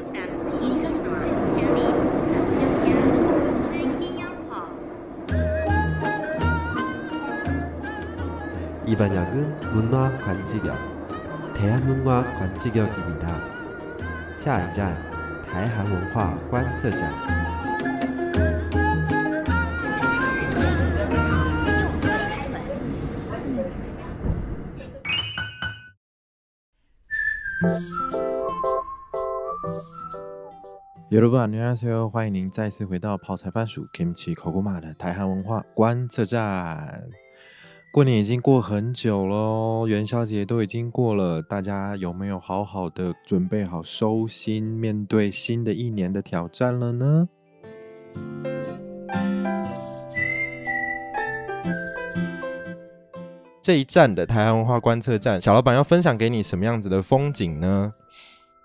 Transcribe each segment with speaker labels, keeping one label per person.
Speaker 1: 一站到站听你，从要听最一样好。
Speaker 2: 이 반역은 문화 관지역 대한문화 관지역입니다.下一站 대한문화 관측장
Speaker 3: 여러분안녕하세요，欢迎您再次回到泡菜番薯 Kimchi k o k o m a 的台韩文化观测站。过年已经过很久喽，元宵节都已经过了，大家有没有好好的准备好收心，面对新的一年的挑战了呢？这一站的台湾文化观测站，小老板要分享给你什么样子的风景呢？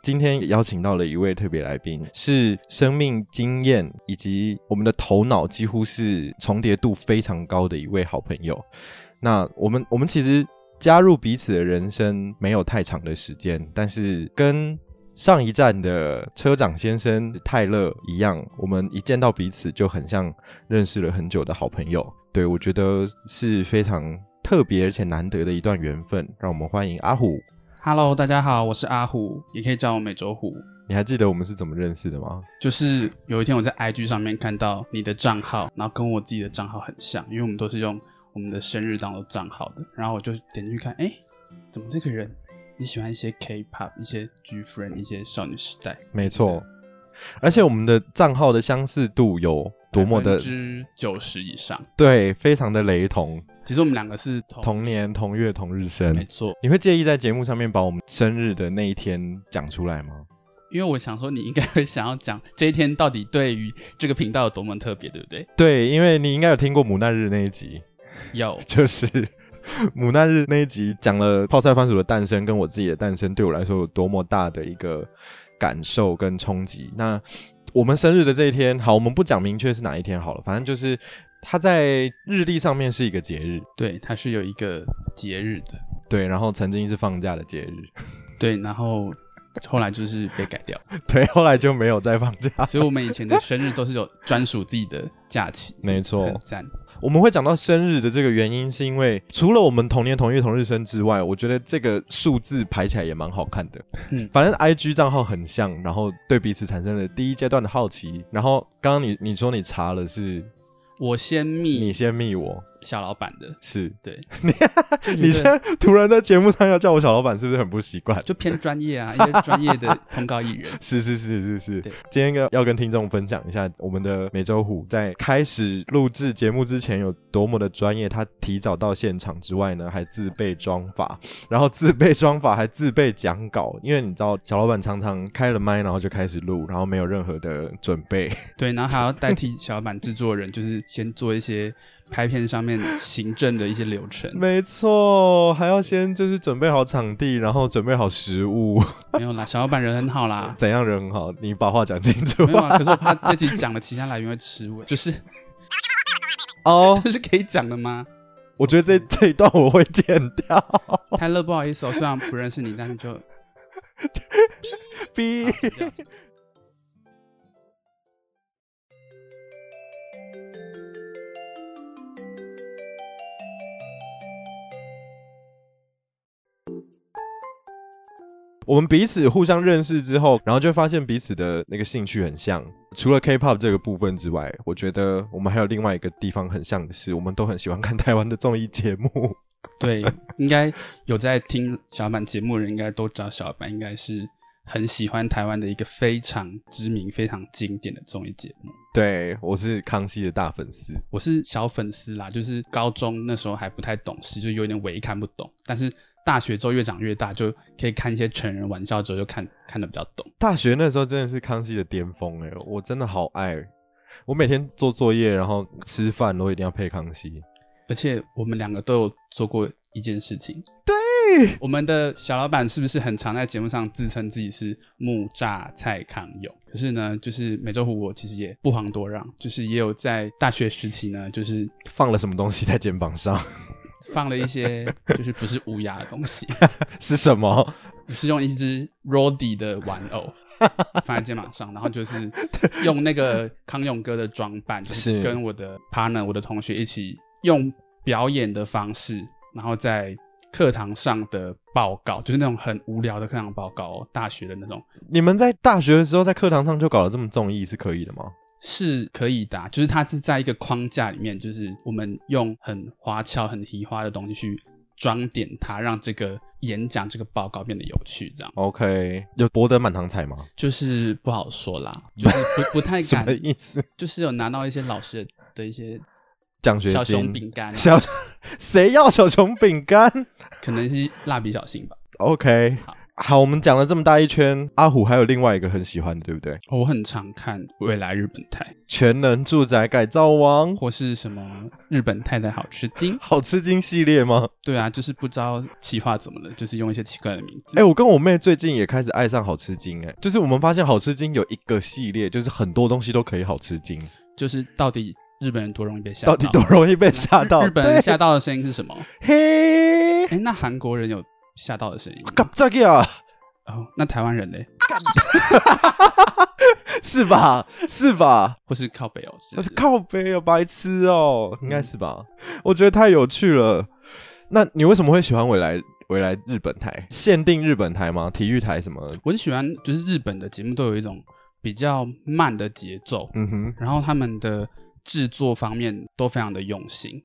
Speaker 3: 今天邀请到了一位特别来宾，是生命经验以及我们的头脑几乎是重叠度非常高的一位好朋友。那我们我们其实加入彼此的人生没有太长的时间，但是跟上一站的车长先生泰勒一样，我们一见到彼此就很像认识了很久的好朋友。对我觉得是非常特别而且难得的一段缘分，让我们欢迎阿虎。
Speaker 4: Hello，大家好，我是阿虎，也可以叫我美洲虎。
Speaker 3: 你还记得我们是怎么认识的吗？
Speaker 4: 就是有一天我在 IG 上面看到你的账号，然后跟我自己的账号很像，因为我们都是用我们的生日当做账号的。然后我就点进去看，哎、怎么这个人你喜欢一些 K-pop、一些 G Friend、一些少女时代，
Speaker 3: 没错，而且我们的账号的相似度有多么的
Speaker 4: 之九十以上。
Speaker 3: 对，非常的雷同，
Speaker 4: 其实我们两个是同
Speaker 3: 同年同月同日
Speaker 4: 没
Speaker 3: 生。
Speaker 4: 错，
Speaker 3: 你会介意在节目上面把我们生日的那一天讲出来吗？
Speaker 4: 因为我想说你应该会想要讲这一天到底对于这个频道有多么特别，对不对？
Speaker 3: 对，因为你应该有听过母难日那一集，
Speaker 4: 有，
Speaker 3: 就是 母难日那一集讲了泡菜番薯的诞生跟我自己的诞生对我来说有多么大的一个感受跟冲击。那我们生日的这一天，好，我们不讲明确是哪一天好了，反正就是它在日历上面是一个节日，
Speaker 4: 对，它是有一个节日的。
Speaker 3: 对，然后曾经是放假的节日，
Speaker 4: 对，然后后来就是被改掉，
Speaker 3: 对，后来就没有再放假。
Speaker 4: 所以我们以前的生日都是有专属自己的假期。
Speaker 3: 没错
Speaker 4: 很赞。
Speaker 3: 我们会讲到生日的这个原因，是因为除了我们同年同月同日生之外，我觉得这个数字排起来也蛮好看的。
Speaker 4: 嗯
Speaker 3: 反正 I G 账号很像，然后对彼此产生了第一阶段的好奇。然后刚刚你你说你查了是
Speaker 4: 我先
Speaker 3: 你
Speaker 4: 密
Speaker 3: 先密我，
Speaker 4: 小老板的，
Speaker 3: 是
Speaker 4: 对，就觉得
Speaker 3: 你现在突然在节目上要叫我小老板，是不是很不习惯？。
Speaker 4: 就偏专业啊，一些专业的通告艺人
Speaker 3: 是是是是是
Speaker 4: 对，
Speaker 3: 今天要要跟听众分享一下我们的美洲虎在开始录制节目之前有多么的专业，他提早到现场之外呢，还自备妆法， 然后自备妆法还自备讲稿，因为你知道小老板常常开了麦，然后就开始录，然后没有任何的准备，
Speaker 4: 对，然后还要代替小老板制作人，就是先做一些拍片上面行政的一些流程。
Speaker 3: 没错，还要先就是准备好场地，然后准备好食物，。
Speaker 4: 没有啦，小老板人很好啦
Speaker 3: 怎样人很好，你把话讲清 楚
Speaker 4: 没有啊，可是我怕这集讲了，其他来源会吃味，就是
Speaker 3: 哦。
Speaker 4: 这是可以讲的吗？
Speaker 3: 我觉得这这一段我会剪掉，
Speaker 4: 泰勒，不好意思哦，虽然不认识你，但是就
Speaker 3: 哔。
Speaker 4: 就啊这样
Speaker 3: 我们彼此互相认识之后，然后就发现彼此的那个兴趣很像。除了 K-pop 这个部分之外，我觉得我们还有另外一个地方很像的是，我们都很喜欢看 台湾的综艺节目。
Speaker 4: 对，应该有在听小板节目的人，应该都知道小板应该是很喜欢台湾的一个非常知名、非常经典的综艺节目。
Speaker 3: 对我是康熙的大粉丝，
Speaker 4: 我是小粉丝啦，就是高中那时候还不太懂事，就有点微看不懂。但是大学之后越长越大，就可以看一些成人玩笑之后，就看看的比较懂。
Speaker 3: 大学那时候真的是康熙的巅峰哎、我真的好爱。我每天做作业，然后吃饭都一定要配康熙。
Speaker 4: 而且我们两个都有做过一件事情，对，我们的小老板是不是很常在节目上自称自己是木栅蔡康永？可是呢，就是美洲虎，我其实也不遑多让，就是也有在大学时期呢，就是
Speaker 3: 放了什么东西在肩膀上？
Speaker 4: 放了一些就是不是乌鸦的东西，
Speaker 3: 是什么？
Speaker 4: 是用一只 Roddy 的玩偶放在肩膀上，然后就是用那个康永哥的装扮，就是
Speaker 3: 是
Speaker 4: 跟我的 partner 我的同学一起用表演的方式，然后在课堂上的报告，就是那种很无聊的课堂报告哦、大学的那种
Speaker 3: 你们在大学的时候在课堂上就搞得这么综艺是可以的吗？
Speaker 4: 是可以的啊、就是它是在一个框架里面，就是我们用很花俏、很提花的东西去装点它，让这个演讲、这个报告变得有趣，这样
Speaker 3: OK，有博得满堂彩吗？
Speaker 4: 就是不好说啦，就是不不 太
Speaker 3: 什
Speaker 4: 敢
Speaker 3: 么，意思？
Speaker 4: 就是有拿到一些老师的的一些
Speaker 3: 奖学金
Speaker 4: 小熊饼干啊、
Speaker 3: 小谁要小熊饼干
Speaker 4: 可能是蜡笔小新吧。
Speaker 3: ？OK，
Speaker 4: 好
Speaker 3: 好，我们讲了这么大一圈，阿虎还有另外一个很喜欢的，对不对？
Speaker 4: 我很常看未来日本台
Speaker 3: 全能住宅改造王，
Speaker 4: 或是什么日本太太好吃惊，
Speaker 3: 好吃惊系列吗？
Speaker 4: 对啊，就是不知道企划怎么了，就是用一些奇怪的名字。
Speaker 3: 哎、我跟我妹最近也开始爱上好吃惊，哎，就是我们发现好吃惊有一个系列，就是很多东西都可以好吃惊，
Speaker 4: 就是到底日本人多容易被吓
Speaker 3: 到
Speaker 4: 到？
Speaker 3: 底多容易被吓到？
Speaker 4: 日日本人
Speaker 3: 对
Speaker 4: 吓到的声音是什么？
Speaker 3: 嘿，
Speaker 4: 哎，那韩国人有吓到的声音吗？
Speaker 3: 干这个啊，
Speaker 4: 哦，那台湾人嘞，
Speaker 3: 是吧？是吧？
Speaker 4: 或是靠北欧哦之
Speaker 3: 那
Speaker 4: 类的？
Speaker 3: 是靠背啊，白痴哦，应该是吧？我觉得太有趣了。那你为什么会喜欢未来未来日本台？限定日本台吗？体育台什么？
Speaker 4: 我很喜欢，就是日本的节目都有一种比较慢的节奏，
Speaker 3: 嗯哼，
Speaker 4: 然后他们的制作方面都非常的用心。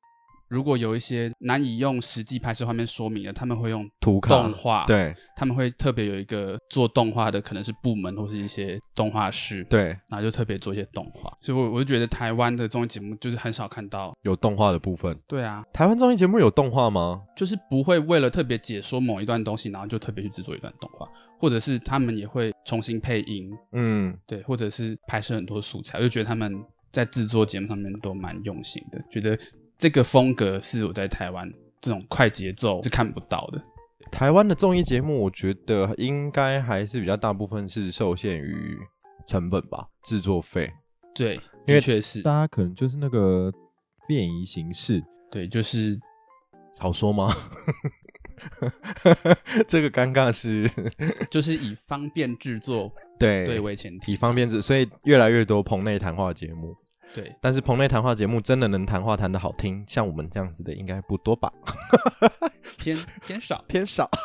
Speaker 4: 如果有一些难以用实际拍摄画面说明的，他们会用
Speaker 3: 图卡
Speaker 4: 动画，，
Speaker 3: 对
Speaker 4: 他们会特别有一个做动画的，可能是部门或是一些动画师，，
Speaker 3: 对，
Speaker 4: 然后就特别做一些动画。所以我我就觉得台湾的综艺节目就是很少看到，
Speaker 3: 有动画的部分。
Speaker 4: 对啊，
Speaker 3: 台湾综艺节目有动画吗？
Speaker 4: 就是不会为了特别解说某一段东西，然后就特别去制作一段动画，或者是他们也会重新配音，
Speaker 3: 嗯，
Speaker 4: 对，或者是拍摄很多素材，我就觉得他们在制作节目上面都蛮用心的，觉得这个风格是我在台湾这种快节奏是看不到的。
Speaker 3: 台湾的综艺节目，我觉得应该还是比较大部分是受限于成本吧，制作费。
Speaker 4: 对，
Speaker 3: 因为
Speaker 4: 的确是
Speaker 3: 大，家可能就是那个便宜形式，
Speaker 4: 对，就是
Speaker 3: 好说 吗？这个尴尬 是，
Speaker 4: 就是以方便制作
Speaker 3: 对
Speaker 4: 对为前提
Speaker 3: 以，方便制，所以越来越多棚内谈话节目。
Speaker 4: 对，
Speaker 3: 但是棚内谈话节目真的能谈话谈得好听，像我们这样子的应该不多吧，
Speaker 4: 偏偏少。
Speaker 3: 偏少。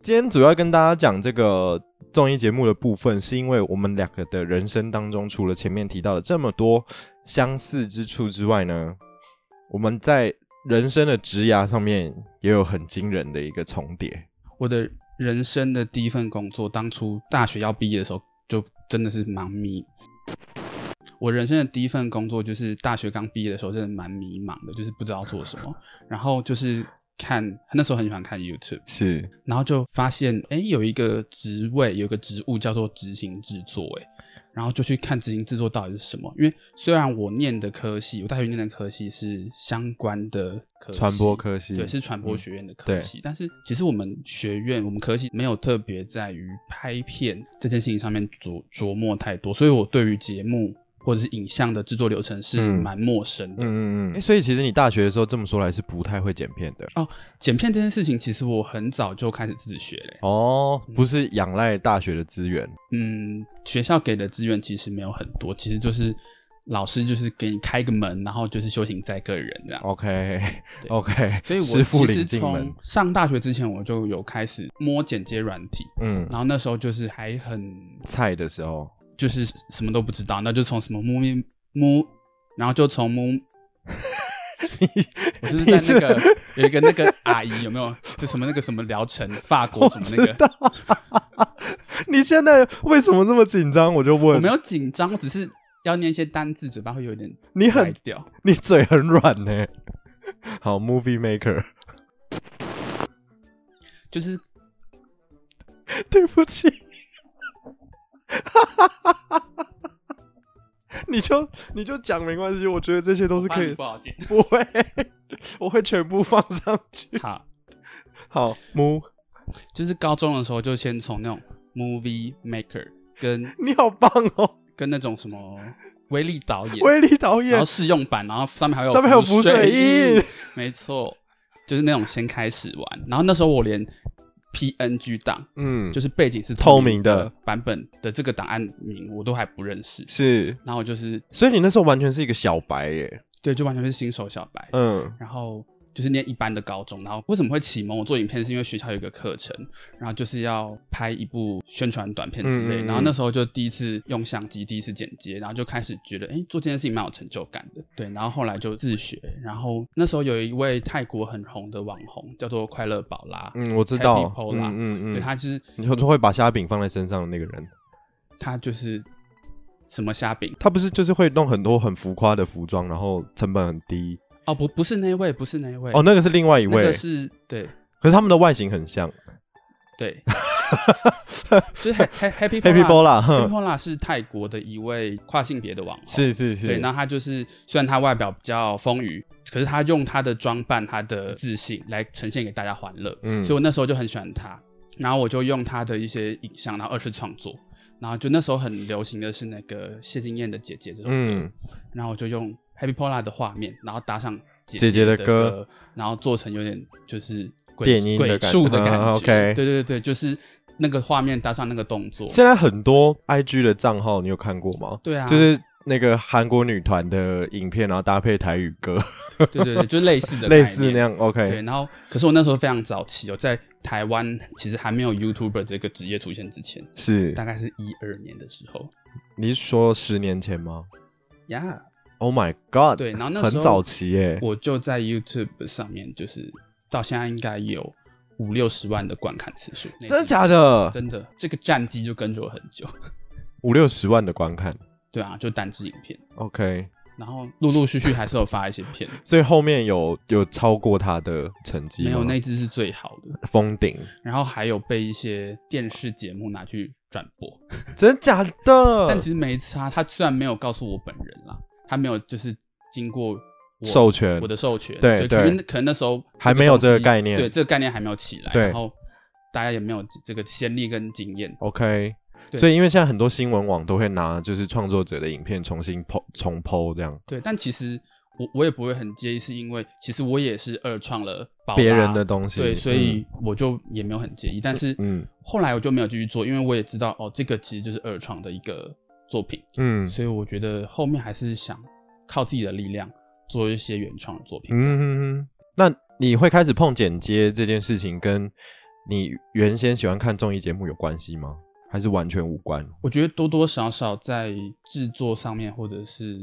Speaker 3: 今天主要跟大家讲这个综艺节目的部分，是因为我们两个的人生当中，除了前面提到的这么多相似之处之外呢，我们在人生的职涯上面也有很惊人的一个重叠。
Speaker 4: 我的人生的第一份工作，当初大学要毕业的时候，就真的是蛮迷。我人生的第一份工作就是大学刚毕业的时候，真的蛮迷茫的，就是不知道做什么。然后就是看那时候很喜欢看 YouTube，
Speaker 3: 是，
Speaker 4: 然后就发现哎有一个职位，有一个职务叫做执行制作，哎，然后就去看执行制作到底是什么。因为虽然我念的科系，我大学念的科系是相关的科系
Speaker 3: 传播科系
Speaker 4: 对，是传播
Speaker 3: 嗯
Speaker 4: 学院的科
Speaker 3: 对
Speaker 4: 系。但是其实我们学院，我们科系没有特别在于拍片这件事情上面琢琢磨太多，所以我对于节目或者是影像的制作流程是
Speaker 3: 嗯
Speaker 4: 蛮陌生的。
Speaker 3: 嗯嗯嗯、诶所以其实你大学的时候这么说来是不太会剪片的
Speaker 4: 剪片这件事情，其实我很早就开始自学嘞、
Speaker 3: 哦，不是仰赖大学的资源，
Speaker 4: 嗯，学校给的资源其实没有很多，其实就是老师就是给你开个门，然后就是修行在个人这样。
Speaker 3: OK
Speaker 4: 对
Speaker 3: OK，
Speaker 4: 所以
Speaker 3: 哦师傅
Speaker 4: 我其实
Speaker 3: 领进门
Speaker 4: 从，上大学之前，我就有开始摸剪接软体，
Speaker 3: 嗯，
Speaker 4: 然后那时候就是还很
Speaker 3: 菜的时候，
Speaker 4: 就是什么都不知道，那就从什么 movie mo，然后就从 mo。我是不是在那
Speaker 3: 你
Speaker 4: 个有一个那个阿姨有没有？就什么那个什么疗程，法国什么那个，
Speaker 3: 你现在为什么这么紧张？我就问，
Speaker 4: 我没有紧张，我只是要念一些单字，嘴巴会有点
Speaker 3: 你很
Speaker 4: 歪掉。
Speaker 3: 你嘴很软呢、好，Movie Maker，
Speaker 4: 就是
Speaker 3: 对不起， 你就你就讲没关系，我觉得这些都是可以
Speaker 4: 不，好剪。
Speaker 3: 不会，我会全部放上去。
Speaker 4: 好，
Speaker 3: 好，Mo，
Speaker 4: 就是高中的时候就先从那种 movie maker 跟
Speaker 3: 你好棒哦。
Speaker 4: 跟那种什么威力导演，
Speaker 3: 威力导
Speaker 4: 然
Speaker 3: 演
Speaker 4: 后试用版，然后上面还有
Speaker 3: 上面还有浮
Speaker 4: 浮
Speaker 3: 水
Speaker 4: 印
Speaker 3: 印，
Speaker 4: 没错，就是那种先开始玩。然后那时候我连 PNG 档，
Speaker 3: 嗯，
Speaker 4: 就是背景是
Speaker 3: 透
Speaker 4: 明
Speaker 3: 明的
Speaker 4: 版本的这个档案名，我都还不认识。
Speaker 3: 是，
Speaker 4: 然后我就是
Speaker 3: 所以你那时候完全是一个小白耶，
Speaker 4: 对，就完全是新手小白。
Speaker 3: 嗯，
Speaker 4: 然后就是念一般的高中，然后为什么会启蒙我做影片，是因为学校有一个课程，然后就是要拍一部宣传短片之
Speaker 3: 嗯
Speaker 4: 类，
Speaker 3: 嗯嗯
Speaker 4: 然后那时候就第一次用相机，第一次剪接，然后就开始觉得，哎，做这件事情蛮有成就感的，对，然后后来就自学，然后那时候有一位泰国很红的网红叫做快乐宝拉，
Speaker 3: 嗯，我知道
Speaker 4: Happy，Pola，
Speaker 3: 嗯嗯嗯，
Speaker 4: 对，他就是
Speaker 3: 你会会把虾饼放在身上的那个人，
Speaker 4: 他就是什么虾饼
Speaker 3: 他不是就是会弄很多很浮夸的服装，然后成本很低，
Speaker 4: 哦，不不是那一位，不是那一位，
Speaker 3: 哦，那个是另外一
Speaker 4: 那
Speaker 3: 位
Speaker 4: 个，是对。
Speaker 3: 可是他们的外形很像
Speaker 4: 对，就是 Happy Happy
Speaker 3: Happy Bola，
Speaker 4: h a
Speaker 3: 哼
Speaker 4: p p y Bola 是泰国的一位跨性别的网红，
Speaker 3: 嗯是是是，
Speaker 4: 对，那他就是虽然他外表比较丰腴，可是他用他的装扮、他的自信来呈现给大家欢乐，
Speaker 3: 嗯
Speaker 4: 所以我那时候就很喜欢他，然后我就用他的一些影像，然后二次创作。然后就那时候很流行的是那个谢金燕的姐姐这首歌，
Speaker 3: 嗯
Speaker 4: 然后我就用 Happy Pola 的画面，然后搭上姐
Speaker 3: 姐姐
Speaker 4: 的
Speaker 3: 的歌
Speaker 4: 然后做成有点就是鬼
Speaker 3: 电音的
Speaker 4: 鬼
Speaker 3: 感
Speaker 4: 畜的
Speaker 3: 啊
Speaker 4: 感觉。
Speaker 3: OK
Speaker 4: 对对对，就是那个画面搭上那个动作。
Speaker 3: 现在很多 IG 的账号，你有看过吗？
Speaker 4: 对啊，
Speaker 3: 就是那个韩国女团的影片，然后搭配台语歌，
Speaker 4: 对对对，就类似的
Speaker 3: 类似
Speaker 4: 概
Speaker 3: 那
Speaker 4: 念。
Speaker 3: 样。
Speaker 4: 对，
Speaker 3: OK，
Speaker 4: 然后可是我那时候非常早期，哦，在台湾其实还没有 YouTuber 这个职业出现之前，
Speaker 3: 是
Speaker 4: 大概是一二年的时候
Speaker 3: 你是说十年前吗
Speaker 4: 呀。
Speaker 3: ？Oh my god！
Speaker 4: 对，然后那时
Speaker 3: 很
Speaker 4: 候
Speaker 3: 早期耶。
Speaker 4: 我就在 YouTube 上面，就是到现在应该有五六十万的观看次数。那一
Speaker 3: 真的
Speaker 4: 集
Speaker 3: 假的？
Speaker 4: 真的，这个战绩就跟着我很久。
Speaker 3: 五六十万的观看
Speaker 4: 对啊，就单支影片，
Speaker 3: ，OK，
Speaker 4: 然后陆陆续续还是有发一些片，
Speaker 3: 所以后面有有超过他的成绩吗
Speaker 4: 没有那支是最好的。
Speaker 3: 封顶，
Speaker 4: 然后还有被一些电视节目拿去转播，
Speaker 3: 真的假的
Speaker 4: 但？其实没差。他虽然没有告诉我本人啦，他没有就是经过我
Speaker 3: 授权
Speaker 4: 我的授权，
Speaker 3: 对
Speaker 4: 可
Speaker 3: 对
Speaker 4: 能可能那时候
Speaker 3: 还没有
Speaker 4: 这个
Speaker 3: 这个概念
Speaker 4: 东西对这个概念还没有起来，
Speaker 3: 对
Speaker 4: 然后大家也没有这个先例跟经验，
Speaker 3: OK，
Speaker 4: 对
Speaker 3: 所以因为现在很多新闻网都会拿就是创作者的影片重新剖重剖这样
Speaker 4: 对。但其实我我也不会很介意，是因为其实我也是二创了宝
Speaker 3: 别人
Speaker 4: 拉
Speaker 3: 的东西，
Speaker 4: 对，所以我就也没有很介意。但是，
Speaker 3: 嗯
Speaker 4: 嗯，后来我就没有继续做，因为我也知道哦，这个其实就是二创的一个作品，
Speaker 3: 嗯嗯
Speaker 4: 所以我觉得后面还是想靠自己的力量做一些原创的作品。
Speaker 3: 嗯，那你会开始碰剪接这件事情，跟你原先喜欢看综艺节目有关系吗？还是完全无关？
Speaker 4: 我觉得多多少少在制作上面，或者是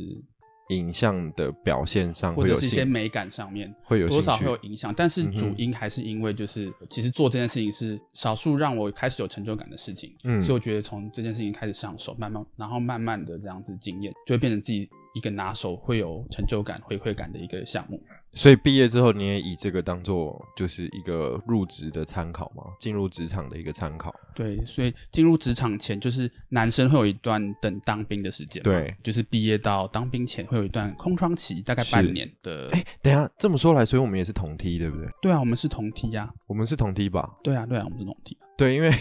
Speaker 3: 影像的表现上
Speaker 4: 或
Speaker 3: 嗯会
Speaker 4: 者
Speaker 3: 有
Speaker 4: 是一些
Speaker 3: 兴
Speaker 4: 美感上面，
Speaker 3: 会有
Speaker 4: 多少
Speaker 3: 兴
Speaker 4: 会
Speaker 3: 趣
Speaker 4: 有影响，但是
Speaker 3: 嗯哼
Speaker 4: 主因还是因为就是，其实做这件事情是少数让我开始有成就感的事情，
Speaker 3: 嗯
Speaker 4: 所以我觉得从这件事情开始上手，慢慢，然后慢慢的这样子经验，就会变成自己一个拿手会有成就感、回馈感的一个项目。
Speaker 3: 所以毕业之后，你也以这个当做就是一个入职的参考吗？进入职场的一个参考。
Speaker 4: 对，所以进入职场前，就是男生会有一段等当兵的时间嘛，
Speaker 3: 对
Speaker 4: 就是毕业到当兵前会有一段空窗期，大概
Speaker 3: 是
Speaker 4: 半年的。
Speaker 3: 哎、等一下这么说来，所以我们也是同梯，对不对？
Speaker 4: 对啊，我们是同梯呀、
Speaker 3: 我们是同梯吧？
Speaker 4: 对啊，对啊，我们是同梯。
Speaker 3: 对，因为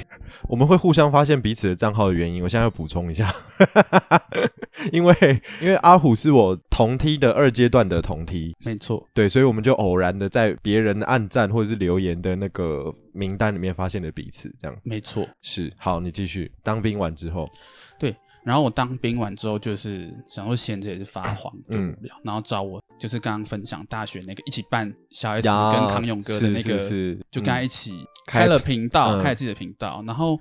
Speaker 3: 我们会互相发现彼此的账号的原因，我现在要补充一下， 因为因为阿虎是我同梯的二阶段的同梯，
Speaker 4: 没错，
Speaker 3: 对，所以我们就偶然的在别人的暗赞或者是留言的那个名单里面发现了彼此，这样
Speaker 4: 没错。
Speaker 3: 是好，你继续。当兵完之后，
Speaker 4: 对，然后我当兵完之后，就是想说闲着也是发
Speaker 3: 嗯
Speaker 4: 慌，就无聊，然后找我就是刚刚分享大学那个一起办小 S
Speaker 3: 呀
Speaker 4: 跟康永哥的那个，
Speaker 3: 是是是嗯
Speaker 4: 就跟他一起
Speaker 3: 开
Speaker 4: 开了频道，
Speaker 3: 嗯
Speaker 4: 开了自己的频道。然后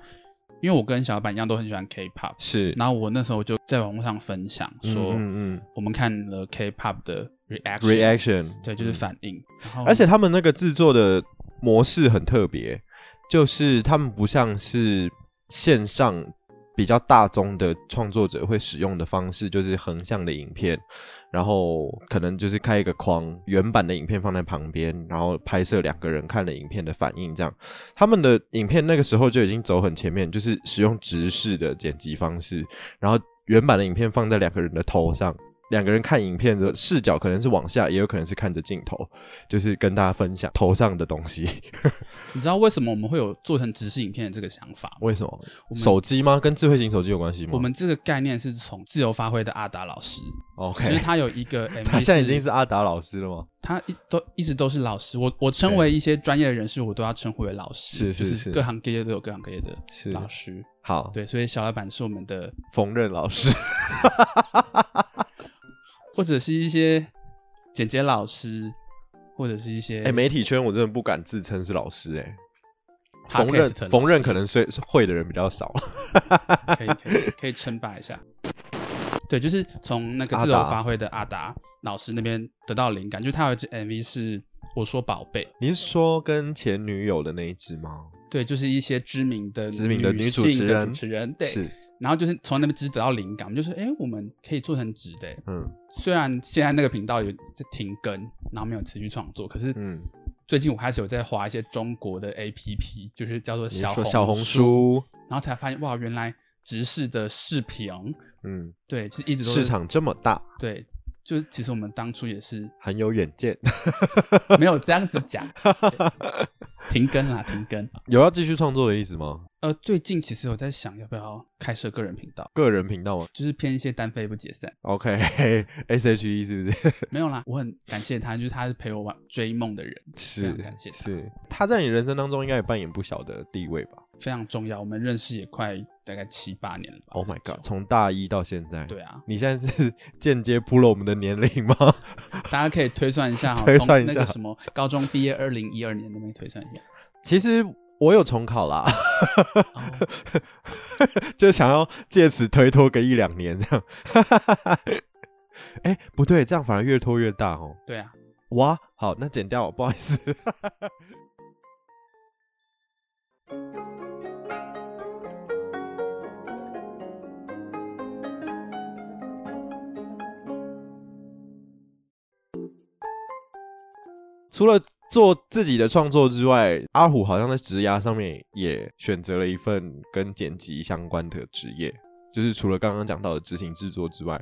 Speaker 4: 因为我跟小老板一样都很喜欢 K-pop，
Speaker 3: 是
Speaker 4: 然后我那时候就在网络上分享说，
Speaker 3: 嗯嗯嗯嗯
Speaker 4: 我们看了 K-pop 的 reaction，,
Speaker 3: reaction，
Speaker 4: 对，就是
Speaker 3: 嗯
Speaker 4: 反应，然后
Speaker 3: 而且他们那个制作的模式很特别，就是他们不像是线上比较大宗的创作者会使用的方式，就是横向的影片，然后可能就是开一个框，原版的影片放在旁边，然后拍摄两个人看了影片的反应，这样。他们的影片那个时候就已经走很前面，就是使用直视的剪辑方式，然后原版的影片放在两个人的头上。两个人看影片的视角可能是往下，也有可能是看着镜头，就是跟大家分享头上的东西。
Speaker 4: 你知道为什么我们会有做成直视影片的这个想法吗？
Speaker 3: 为什么？
Speaker 4: 我 们
Speaker 3: 手机吗？跟智慧型手机有关系吗？
Speaker 4: 我们这个概念是从自由发挥的阿达老师，
Speaker 3: OK，
Speaker 4: 就是他有一 个 MV，
Speaker 3: 他现在已经是阿达老师了吗？
Speaker 4: 他一都一直都是老师，我我称为一些专业的人士，我都要称呼为老师，
Speaker 3: 是是
Speaker 4: 就是各行各业都有各行各业的
Speaker 3: 是
Speaker 4: 老师，
Speaker 3: 好，
Speaker 4: 对，所以小老板是我们的，
Speaker 3: 缝纫老师，
Speaker 4: 或者是一些剪接老师，或者是一些
Speaker 3: 哎、媒体圈我真的不敢自称是老师、哎。缝
Speaker 4: podcast
Speaker 3: 纫
Speaker 4: 老师
Speaker 3: 缝纫可能是会的人比较少，
Speaker 4: 可以可以可以称霸一下。对，就是从那个自由
Speaker 3: 阿达
Speaker 4: 发挥的阿达老师那边得到灵感，就是他有一支 MV 是我说宝贝，
Speaker 3: 你是说跟前女友的那一只吗？
Speaker 4: 对，就是一些知名的
Speaker 3: 知名的女主
Speaker 4: 性
Speaker 3: 持
Speaker 4: 的
Speaker 3: 人
Speaker 4: 主持人，对，
Speaker 3: 是，
Speaker 4: 然后就是从那边只得到灵感，我们就说，哎，我们可以做成直的。
Speaker 3: 嗯
Speaker 4: 虽然现在那个频道有在停更，然后没有持续创作，可是
Speaker 3: 嗯，
Speaker 4: 最近我开始有在划一些中国的 APP，就是叫做
Speaker 3: 你是
Speaker 4: 小
Speaker 3: 说
Speaker 4: 红
Speaker 3: 小红
Speaker 4: 书，
Speaker 3: 书，
Speaker 4: 然后才发现哇，原来直视的视频，
Speaker 3: 嗯，
Speaker 4: 对，是一直都是
Speaker 3: 市场这么大，
Speaker 4: 对，就是其实我们当初也是
Speaker 3: 很有远见，
Speaker 4: 没有这样子讲，停更啦，停更。
Speaker 3: 有要继续创作的意思吗？
Speaker 4: 呃，最近其实我在想要不要开设个人频道，
Speaker 3: 个人频道吗
Speaker 4: 就是偏一些单飞不解散。
Speaker 3: ？OK，SHE E 是不是？
Speaker 4: 没有啦，我很感谢他，就是他是陪我玩追梦的人，非常
Speaker 3: 是
Speaker 4: 感谢他，
Speaker 3: 是，他在你人生当中应该也扮演不小的地位吧
Speaker 4: 非常重要。我们认识也快大概七八年了吧
Speaker 3: ？Oh my god，从大一到现在，
Speaker 4: 对啊，
Speaker 3: 你现在是间接铺了我们的年龄吗？
Speaker 4: 大家可以推算一下哈，
Speaker 3: 推算一
Speaker 4: 从
Speaker 3: 下
Speaker 4: 那个什么高中毕业二零一二年那边推算一下。
Speaker 3: 其实我有重考啦，
Speaker 4: 哦
Speaker 3: 就想要借此推脱个一两年这样。 哎、不对，这样反而越拖越大哦。
Speaker 4: 对啊，
Speaker 3: 哇，好，那剪掉，不好意思。 除了做自己的创作之外，阿虎好像在职涯上面也选择了一份跟剪辑相关的职业，就是除了刚刚讲到的执行制作之外，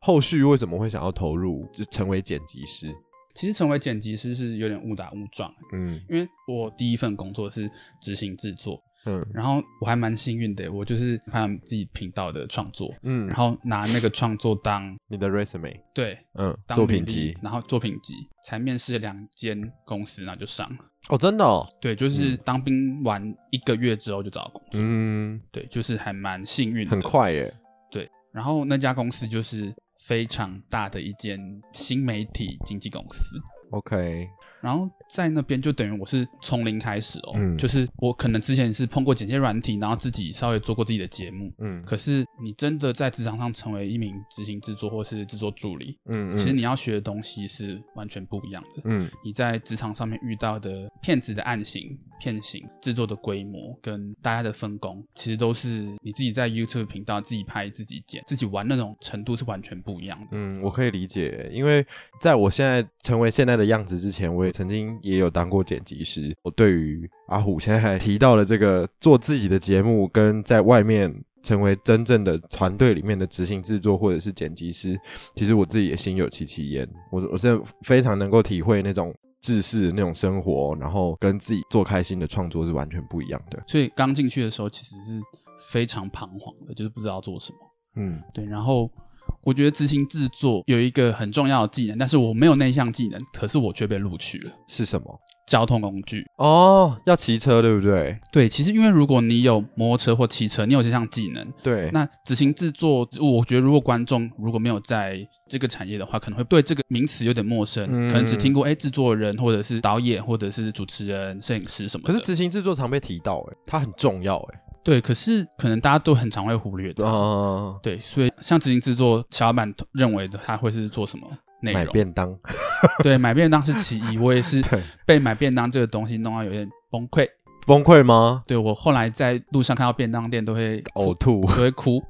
Speaker 3: 后续为什么会想要投入就成为剪辑师？
Speaker 4: 其实成为剪辑师是有点误打误撞，
Speaker 3: 嗯
Speaker 4: 因为我第一份工作是执行制作，
Speaker 3: 嗯
Speaker 4: 然后我还蛮幸运的，我就是看自己频道的创作，
Speaker 3: 嗯，
Speaker 4: 然后拿那个创作当
Speaker 3: 你的 resume，
Speaker 4: 对
Speaker 3: 嗯，
Speaker 4: 当
Speaker 3: 作
Speaker 4: 履
Speaker 3: 品
Speaker 4: 历
Speaker 3: 集
Speaker 4: 然后作品集才面试两间公司，然后就上了。
Speaker 3: 哦，真的、哦，
Speaker 4: 对，就是当兵完一个月之后就找到工作，
Speaker 3: 嗯，
Speaker 4: 对，就是还蛮幸运的，
Speaker 3: 很快耶，
Speaker 4: 然后那家公司就是非常大的一间新媒体经纪公司，
Speaker 3: ，OK，
Speaker 4: 然后在那边就等于我是从零开始哦，
Speaker 3: 嗯
Speaker 4: 就是我可能之前是碰过剪接软体，然后自己稍微做过自己的节目。
Speaker 3: 嗯
Speaker 4: 可是你真的在职场上成为一名执行制作或是制作助理，
Speaker 3: 嗯嗯
Speaker 4: 其实你要学的东西是完全不一样的。
Speaker 3: 嗯
Speaker 4: 你在职场上面遇到的骗子的案型、骗型、制作的规模跟大家的分工，其实都是你自己在 YouTube 频道自己拍、自己剪、自己玩那种程度是完全不一样的。
Speaker 3: 嗯，我可以理解，因为在我现在成为现在的样子之前，我也曾经也有当过剪辑师。我对于阿虎现在提到了这个做自己的节目，跟在外面成为真正的团队里面的执行制作或者是剪辑师，其实我自己也心有戚戚焉。我我真的非常能够体会那种制式的那种生活，然后跟自己做开心的创作是完全不一样的。
Speaker 4: 所以刚进去的时候其实是非常彷徨的，就是不知道做什么。
Speaker 3: 嗯
Speaker 4: 对，然后我觉得执行制作有一个很重要的技能，但是我没有那一项技能，可是我却被录取了。
Speaker 3: 是什么？
Speaker 4: 交通工具，
Speaker 3: 哦，要骑车对不对？
Speaker 4: 对，其实因为如果你有摩托车或汽车，你有这项技能，
Speaker 3: 对，
Speaker 4: 那执行制作，我觉得如果观众如果没有在这个产业的话，可能会对这个名词有点陌生，
Speaker 3: 嗯
Speaker 4: 可能只听过哎，诶制作人或者是导演或者是主持人、摄影师什么
Speaker 3: 可
Speaker 4: 的。
Speaker 3: 是执行制作常被提到、欸，它很重要、欸，
Speaker 4: 对，可是可能大家都很常会忽略它。
Speaker 3: 啊，
Speaker 4: 对，所以像执行制作，小老板认为的他会是做什么内
Speaker 3: 买
Speaker 4: 容？
Speaker 3: 便当，
Speaker 4: 对，买便当是其一，我也是
Speaker 3: 对
Speaker 4: 被买便当这个东西弄到有点崩溃。
Speaker 3: 崩溃吗？
Speaker 4: 对我后来在路上看到便当店都会
Speaker 3: 呕吐，
Speaker 4: 都会哭，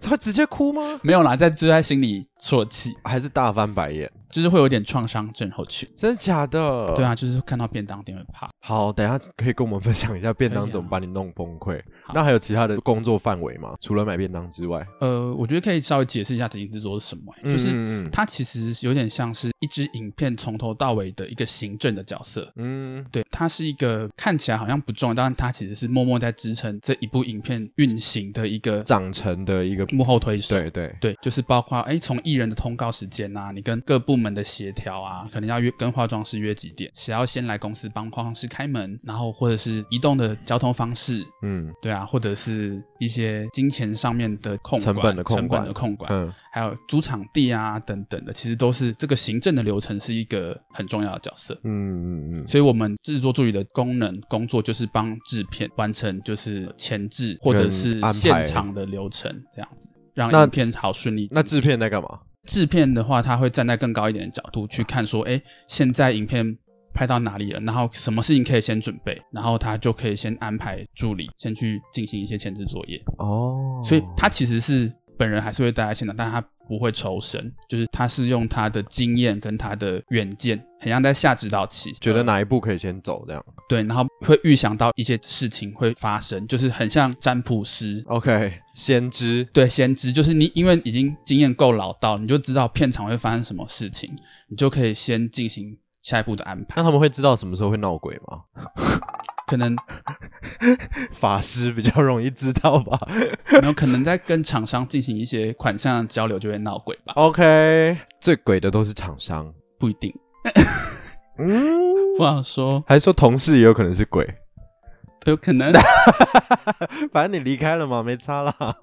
Speaker 3: 他直接哭吗？
Speaker 4: 没有啦，在就在心里啜泣，
Speaker 3: 还是大翻白眼？
Speaker 4: 就是会有点创伤症候群。
Speaker 3: 真的假的？
Speaker 4: 对啊，就是看到便当店会怕。
Speaker 3: 好，等一下可以跟我们分享一下便
Speaker 4: 可
Speaker 3: 当
Speaker 4: 以啊
Speaker 3: 怎么把你弄崩溃。
Speaker 4: 好
Speaker 3: 那还有其他的工作范围吗？除了买便当之外，
Speaker 4: 呃，我觉得可以稍微解释一下执行制作是什么、欸，就是
Speaker 3: 嗯嗯
Speaker 4: 它其实有点像是一支影片从头到尾的一个行政的角色。
Speaker 3: 嗯，
Speaker 4: 对，它是一个看起来好像不重要，但它其实是默默在支撑这一部影片运行的一个
Speaker 3: 长成的一个
Speaker 4: 幕后推手。
Speaker 3: 对对，
Speaker 4: 对，就是包括哎，从艺人的通告时间啊，你跟各部门的协调啊，可能要约跟化妆师约几点，谁要先来公司帮化妆师开门，然后或者是移动的交通方式，
Speaker 3: 嗯
Speaker 4: 对啊，或者是一些金钱上面的控管、
Speaker 3: 成本的控
Speaker 4: 成
Speaker 3: 管
Speaker 4: 本的控管，
Speaker 3: 嗯，
Speaker 4: 还有租场地啊等等的，其实都是这个行政的流程是一个很重要的角色。
Speaker 3: 嗯嗯嗯，
Speaker 4: 所以，我们制作助理的功能工作就是帮制片完成就是前置或者
Speaker 3: 跟
Speaker 4: 是
Speaker 3: 安排
Speaker 4: 现场的流程，这样子让
Speaker 3: 那
Speaker 4: 影片好顺利进行。
Speaker 3: 那制片在干嘛？
Speaker 4: 制片的话，他会站在更高一点的角度去看，说，哎，现在影片拍到哪里了，然后什么事情可以先准备，然后他就可以先安排助理先去进行一些前置作业。
Speaker 3: 哦，
Speaker 4: 所以他呃其实是本人还是会待在现场，但他不会抽身，就是他是用他的经验跟他的远见，很像在下指导棋，
Speaker 3: 觉得
Speaker 4: 呃
Speaker 3: 哪一步可以先走这样
Speaker 4: 对，然后会预想到一些事情会发生，就是很像占卜师。
Speaker 3: ？OK，先知，
Speaker 4: 对，先知就是你，因为已经经验够老道，你就知道片场会发生什么事情，你就可以先进行下一步的安
Speaker 3: 那
Speaker 4: 排。
Speaker 3: 他们会知道什么时候会闹鬼吗？
Speaker 4: 可能
Speaker 3: 法师比较容易知道 吧
Speaker 4: 没有，可能在跟厂商进行一些款项的交流就会闹鬼吧，
Speaker 3: ？OK，最鬼的都是厂商，
Speaker 4: 不一定，
Speaker 3: 嗯，
Speaker 4: 不好说，
Speaker 3: 还是说同事也有可能是鬼？
Speaker 4: 有可能。
Speaker 3: 反正你离开了嘛，没差啦。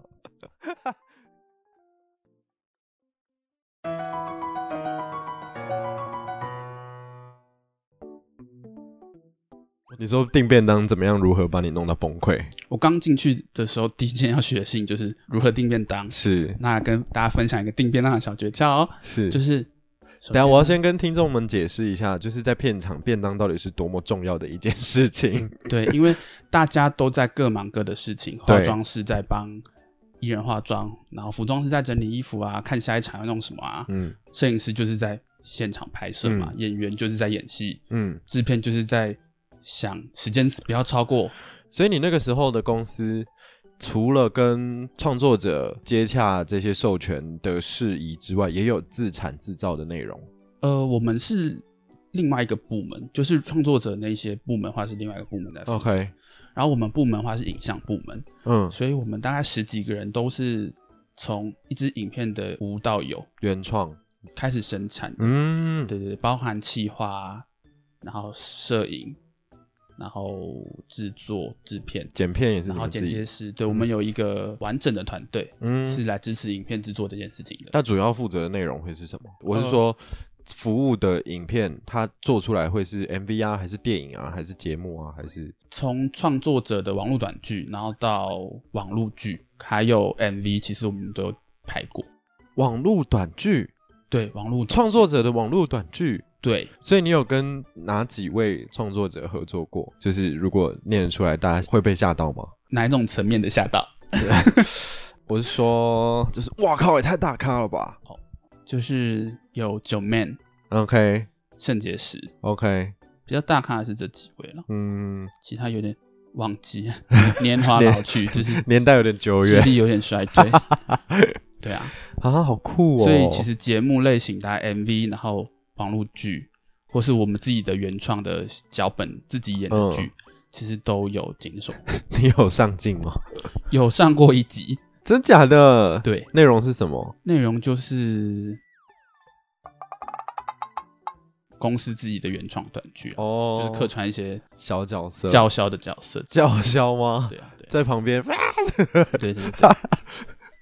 Speaker 3: 你说订便当怎么样？如何把你弄到崩溃？
Speaker 4: 我刚进去的时候，第一件要学的事情就是如何订便当。
Speaker 3: 是
Speaker 4: 那跟大家分享一个订便当的小诀窍哦，
Speaker 3: 是，
Speaker 4: 就是
Speaker 3: 等一
Speaker 4: 首
Speaker 3: 下
Speaker 4: 先
Speaker 3: 我要先跟听众们解释一下，就是在片场便当到底是多么重要的一件事情。
Speaker 4: 对，因为大家都在各忙各的事情，化妆师在帮艺人化妆，然后服装师在整理衣服啊，看下一场要弄什么啊，
Speaker 3: 嗯
Speaker 4: 摄影师就是在现场拍摄嘛，演员就是在演戏，
Speaker 3: 嗯，
Speaker 4: 制片就是在想时间不要超过，
Speaker 3: 所以你那个时候的公司，除了跟创作者接洽这些授权的事宜之外，也有自产自造的内容。
Speaker 4: 呃，我们是。另外一个部门就是创作者那些部门，或是另外一个部门在负责
Speaker 3: OK，
Speaker 4: 然后我们部门的话是影像部门，
Speaker 3: 嗯，
Speaker 4: 所以我们大概十几个人都是从一支影片的无到有
Speaker 3: 原创，
Speaker 4: 开始生产，
Speaker 3: 嗯，
Speaker 4: 对对对，包含企划，啊然后摄影，然后制作、制片，
Speaker 3: 剪片也是
Speaker 4: 然
Speaker 3: 你
Speaker 4: 后
Speaker 3: 们自
Speaker 4: 剪接
Speaker 3: 己，
Speaker 4: 师，对我们有一个完整的团队、是
Speaker 3: 嗯，
Speaker 4: 来支持影片制作这件事情的。
Speaker 3: 那主要负责的内容会是什
Speaker 4: 呃
Speaker 3: 么？我是说。服务的影片，它做出来会是 MV 啊，还是电影啊，还是节目啊，还是
Speaker 4: 从创作者的网络短剧，然后到网络剧，还有 MV，其实我们都有拍过。
Speaker 3: 网络短剧？
Speaker 4: 对，网络
Speaker 3: 创作者的网络短剧，
Speaker 4: 对
Speaker 3: 所以你有跟哪几位创作者合作过？就是如果念得出来，大家会被吓到吗？
Speaker 4: 哪一种层面的吓到？
Speaker 3: 我是说，就是哇靠，也太大咖了吧
Speaker 4: 就是有九 man、
Speaker 3: ！OK
Speaker 4: 圣结石，
Speaker 3: OK，
Speaker 4: 比较大咖的是这几位了，
Speaker 3: 嗯，
Speaker 4: 其他有点忘 记，年华老去，就是
Speaker 3: 年代有点久
Speaker 4: 记忆
Speaker 3: 远
Speaker 4: 力有点衰 退。对啊，
Speaker 3: 啊，好酷哦！
Speaker 4: 所以其实节目类型大概 MV，然后网络剧，或是我们自己的原创的脚本自己演的剧，其实都有经手过，
Speaker 3: 你有上镜吗？
Speaker 4: 有上过一集。
Speaker 3: 真假的？，
Speaker 4: 对，
Speaker 3: 内容是什么？
Speaker 4: 内容就是公司自己的原创短剧啊、
Speaker 3: 哦，
Speaker 4: 就是客串一些
Speaker 3: 小角色，
Speaker 4: 叫嚣的角色。
Speaker 3: 叫嚣吗？
Speaker 4: 对啊，对啊啊
Speaker 3: 在旁边。
Speaker 4: 对对 对，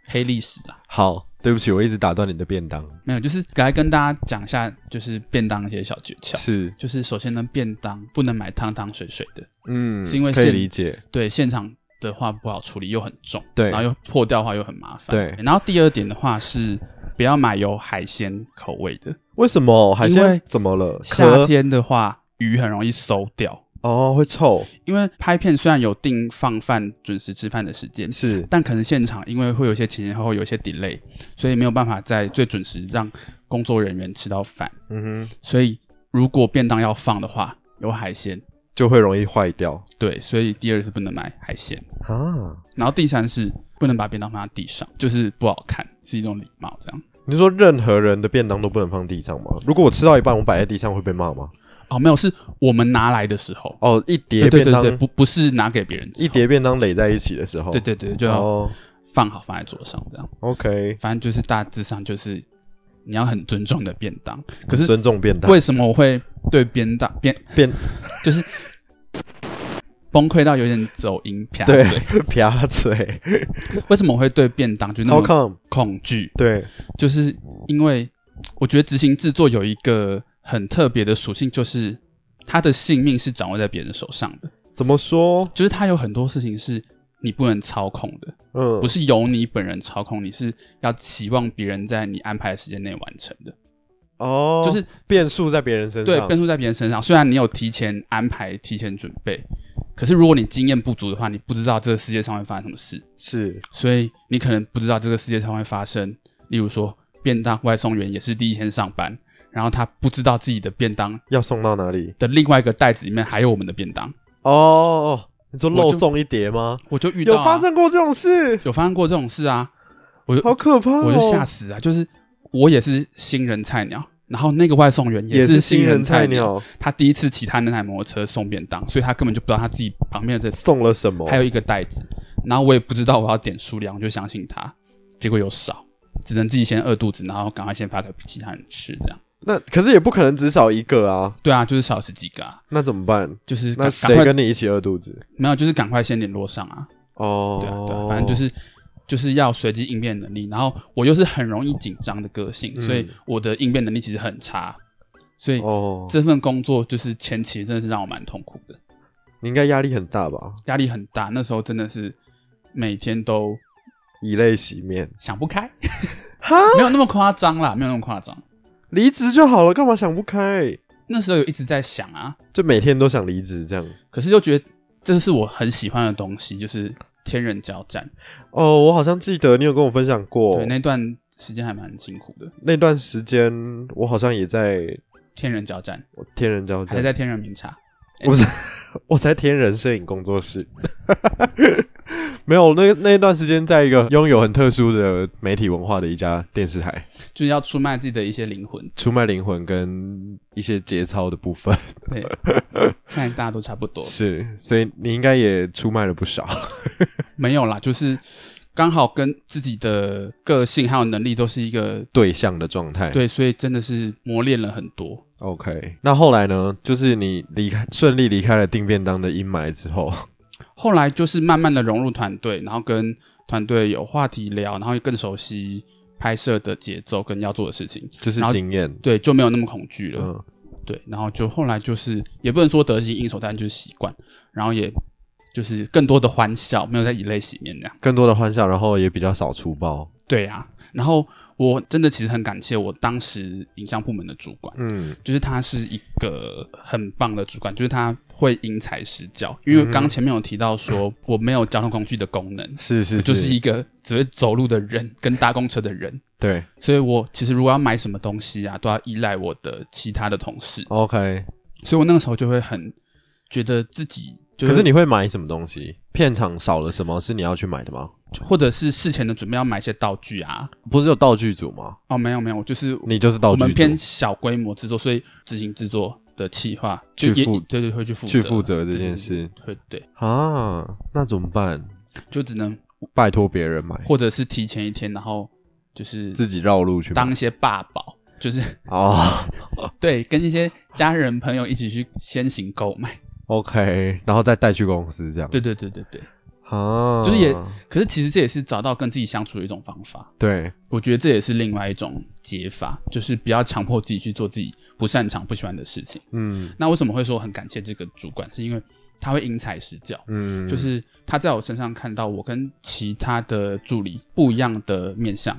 Speaker 4: 黑历史啊，
Speaker 3: 好，对不起，我一直打断你的便当。
Speaker 4: 没有，就是来跟大家讲一下，就是便当的一些小诀窍。
Speaker 3: 是，
Speaker 4: 就是首先呢，便当不能买汤汤水水的，
Speaker 3: 嗯，
Speaker 4: 是因为
Speaker 3: 可以
Speaker 4: 现
Speaker 3: 理解。
Speaker 4: 对，现场的话不好处理，又很重，
Speaker 3: 对
Speaker 4: 然后又破掉的话又很麻烦，
Speaker 3: 对
Speaker 4: 然后第二点的话是不要买有海鲜口味的，
Speaker 3: 为什么海
Speaker 4: 因为
Speaker 3: 鲜怎么了？
Speaker 4: 夏
Speaker 3: 壳
Speaker 4: 天的话鱼很容易馊掉，
Speaker 3: 哦，会臭，
Speaker 4: 因为拍片虽然有定放饭、准时吃饭的时间，
Speaker 3: 是
Speaker 4: 但可能现场因为会有一些前前后后有一些 delay，所以没有办法在最准时让工作人员吃到饭。
Speaker 3: 嗯哼，
Speaker 4: 所以如果便当要放的话，有海鲜，
Speaker 3: 就会容易坏掉
Speaker 4: 对，所以第二是不能买海鲜，
Speaker 3: 啊。
Speaker 4: 然后第三是不能把便当放在地上，就是不好看，是一种礼貌这样。
Speaker 3: 你是说任何人的便当都不能放地上吗？如果我吃到一半，我摆在地上会被骂吗？
Speaker 4: 哦，没有，是我们拿来的时候，
Speaker 3: 哦，一叠
Speaker 4: 对对
Speaker 3: 便
Speaker 4: 对
Speaker 3: 当，
Speaker 4: 对，不不是拿给别人之后
Speaker 3: 一叠，便当垒在一起的时候，
Speaker 4: 对对对，就要
Speaker 3: 哦
Speaker 4: 放好放在桌上这样。
Speaker 3: ，OK，
Speaker 4: 反正就是大致上就是你要很尊重你的便当，可是
Speaker 3: 尊重便当，
Speaker 4: 为什么我会对便当便
Speaker 3: 便
Speaker 4: 就是崩溃到有点走音啪？
Speaker 3: 对，啪嘴
Speaker 4: 嗯为什么我会对便当就那
Speaker 3: ，How
Speaker 4: 么
Speaker 3: come？
Speaker 4: 恐惧？
Speaker 3: 对，
Speaker 4: 就是因为我觉得执行制作有一个很特别的属性，就是它的性命是掌握在别人手上的，
Speaker 3: 怎么说？
Speaker 4: 就是它有很多事情是你不能操控的，
Speaker 3: 嗯，
Speaker 4: 不是由你本人操控，你是要期望别人在你安排的时间内完成的，
Speaker 3: 哦，
Speaker 4: 就是
Speaker 3: 变数在别人身
Speaker 4: 对
Speaker 3: 上，
Speaker 4: 变数在别人身上。虽然你有提前安排、提前准备，可是如果你经验不足的话，你不知道这个世界上会发生什么事，
Speaker 3: 是
Speaker 4: 所以你可能不知道这个世界上会发生，例如说便当外送员也是第一天上班，然后他不知道自己的便当
Speaker 3: 要送到哪里？
Speaker 4: 的另外一个袋子里面还有我们的便当，
Speaker 3: 哦哦，你说漏
Speaker 4: 我就
Speaker 3: 送一叠吗？
Speaker 4: 我就遇到
Speaker 3: 有
Speaker 4: 啊、
Speaker 3: 发生过这种事，
Speaker 4: 有发生过这种事啊，我就
Speaker 3: 好可怕哦！
Speaker 4: 我就吓死啊！就是我也是新人菜鸟，然后那个外送员
Speaker 3: 也
Speaker 4: 是
Speaker 3: 是新
Speaker 4: 人
Speaker 3: 人菜
Speaker 4: 鸟，
Speaker 3: 鸟，
Speaker 4: 他第一次骑他那台摩托车送便当，所以他根本就不知道他自己旁边的
Speaker 3: 送了什么？
Speaker 4: 还有一个袋子，然后我也不知道我要点数量，我就相信他，结果有少，只能自己先饿肚子，然后赶快先发给其他人吃，这样。
Speaker 3: 那可是也不可能只少一个啊，
Speaker 4: 对啊，就是少十几个啊，
Speaker 3: 那怎么办？
Speaker 4: 就是赶
Speaker 3: 那
Speaker 4: 赶
Speaker 3: 谁
Speaker 4: 快
Speaker 3: 跟你一起饿肚子？
Speaker 4: 没有，就是赶快先联络上啊，
Speaker 3: 哦，
Speaker 4: 对啊，对啊，反正就是就是要随机应变能力，然后我又是很容易紧张的个性，
Speaker 3: 嗯
Speaker 4: 所以我的应变能力其实很差，所以
Speaker 3: 哦，
Speaker 4: 这份工作就是前期真的是让我蛮痛苦的，
Speaker 3: 你应该压力很大吧？
Speaker 4: 压力很大，那时候真的是每天都
Speaker 3: 以泪洗面，
Speaker 4: 想不开，
Speaker 3: 哈，
Speaker 4: 没有那么夸张啦，没有那么夸张。
Speaker 3: 离职就好了，干嘛想不开？
Speaker 4: 那时候有一直在想啊，
Speaker 3: 就每天都想离职这样。
Speaker 4: 可是又觉得这是我很喜欢的东西，就是天人交战。
Speaker 3: 哦，我好像记得你有跟我分享过
Speaker 4: 对，那段时间还蛮辛苦的，
Speaker 3: 那段时间，我好像也在
Speaker 4: 天人交战，
Speaker 3: 我天人交
Speaker 4: 还
Speaker 3: 战，
Speaker 4: 在天人名茶。
Speaker 3: 我不是我在天人摄影工作室。 没有，那那一段时间在一个拥有很特殊的媒体文化的一家电视台，
Speaker 4: 就是要出卖自己的一些灵魂。
Speaker 3: 出卖灵魂跟一些节操的部分
Speaker 4: 对，看来大家都差不多。
Speaker 3: 是，所以你应该也出卖了不 少。
Speaker 4: 没有啦，就是刚好跟自己的个性还有能力都是一个
Speaker 3: 对象的状态。
Speaker 4: 对，所以真的是磨练了很多。
Speaker 3: ，OK。那后来呢？就是你离开顺利离开了订便当的阴霾之后，
Speaker 4: 后来就是慢慢的融入团队，然后跟团队有话题聊，然后也更熟悉拍摄的节奏跟要做的事情，
Speaker 3: 就是
Speaker 4: 然后
Speaker 3: 经验，
Speaker 4: 对，就没有那么恐惧了。
Speaker 3: 嗯，
Speaker 4: 对，然后就后来就是也不能说得心应手，但就是习惯，然后也就是更多的欢笑，没有在以泪洗面这样。
Speaker 3: 更多的欢笑，然后也比较少出包。
Speaker 4: 对啊，然后我真的其实很感谢我当时影像部门的主管，
Speaker 3: 嗯，
Speaker 4: 就是他是一个很棒的主管，就是他会因材施教，
Speaker 3: 嗯
Speaker 4: 因为刚前面有提到说我没有交通工具的功能，
Speaker 3: 是是，
Speaker 4: 就是一个只会走路的人跟搭公车的人，
Speaker 3: 对
Speaker 4: 所以我其实如果要买什么东西啊，都要依赖我的其他的同事。
Speaker 3: ，OK。
Speaker 4: 所以我那个时候就会很觉得自己就
Speaker 3: 可是你会买什么东西？片场少了什么是你要去买的吗？
Speaker 4: 或者是事前的准备要买一些道具啊。
Speaker 3: 不是有道具组吗？
Speaker 4: 哦，没有没有，就是
Speaker 3: 你就是
Speaker 4: 我
Speaker 3: 道具
Speaker 4: 们
Speaker 3: 组
Speaker 4: 偏小规模制作，所以执行制作的企划
Speaker 3: 去
Speaker 4: 就也
Speaker 3: 负
Speaker 4: 对对会去负责
Speaker 3: 去负责这件事，
Speaker 4: 对对对对
Speaker 3: 啊，那怎么办？
Speaker 4: 就只能
Speaker 3: 拜托别人买，
Speaker 4: 或者是提前一天，然后就是
Speaker 3: 自己绕路去买
Speaker 4: 当一些爸宝， 就是
Speaker 3: 哦
Speaker 4: 对跟一些家人朋友一起去先行购买。
Speaker 3: ，OK，然后再带去公司这样。
Speaker 4: 对对对对对，
Speaker 3: 啊，
Speaker 4: 就是也可是其实这也是找到跟自己相处的一种方法。
Speaker 3: 对，
Speaker 4: 我觉得这也是另外一种解法，就是不要强迫自己去做自己不擅长、不喜欢的事情。
Speaker 3: 嗯
Speaker 4: 那为什么会说很感谢这个主管？是因为他会因材施教，
Speaker 3: 嗯，
Speaker 4: 就是他在我身上看到我跟其他的助理不一样的面相。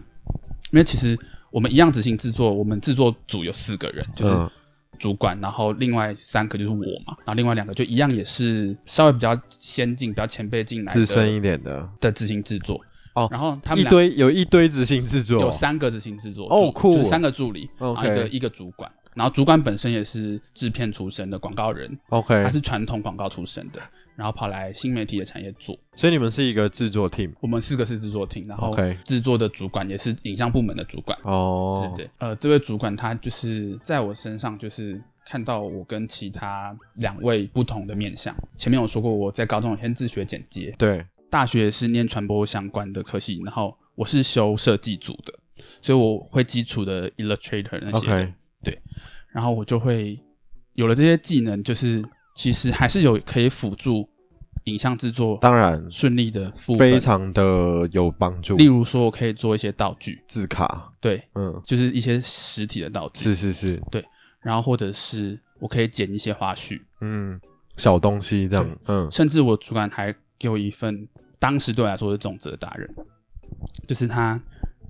Speaker 4: 因为其实我们一样执行制作，我们制作组有四个人，就是
Speaker 3: 嗯
Speaker 4: 主管，然后另外三个就是我嘛，然后另外两个就一样也是稍微比较先进、比较前辈进来的
Speaker 3: 资深一点的
Speaker 4: 的执行制作
Speaker 3: 哦
Speaker 4: 然后他们
Speaker 3: 一
Speaker 4: 俩
Speaker 3: 堆有一堆执行制作，
Speaker 4: 有三个执行制作
Speaker 3: 哦
Speaker 4: 助
Speaker 3: 酷
Speaker 4: 就
Speaker 3: 哦
Speaker 4: 是三个助理，然后
Speaker 3: OK
Speaker 4: 一个一个主管，然后主管本身也是制片出身的广告人，他
Speaker 3: OK，
Speaker 4: 是传统广告出身的，然后跑来新媒体的产业做。
Speaker 3: 所以你们是一个制作 team
Speaker 4: 我们四个是制作厅，然后
Speaker 3: OK
Speaker 4: 制作的主管也是影像部门的主管。
Speaker 3: 哦，
Speaker 4: 对对，呃，这位主管他就是在我身上就是看到我跟其他两位不同的面相。前面有说过，我在高中有先自学剪接，
Speaker 3: 对
Speaker 4: 大学是念传播相关的科系，然后我是修设计组的，所以我会基础的 Illustrator 那些的
Speaker 3: OK
Speaker 4: 然后我就会有了这些技能，就是其实还是有可以辅助影像制作
Speaker 3: 当然
Speaker 4: 顺利的部分
Speaker 3: 非。常的有帮助
Speaker 4: 例，如说，我可以做一些道具，
Speaker 3: 字卡，
Speaker 4: 对，
Speaker 3: 嗯，
Speaker 4: 就是一些实体的道具，
Speaker 3: 是是是，
Speaker 4: 然后或者是我可以剪一些花絮，
Speaker 3: 嗯，小东西这样，嗯，
Speaker 4: 甚至我主管还给我一份，当时对我来说是重责大任，就是他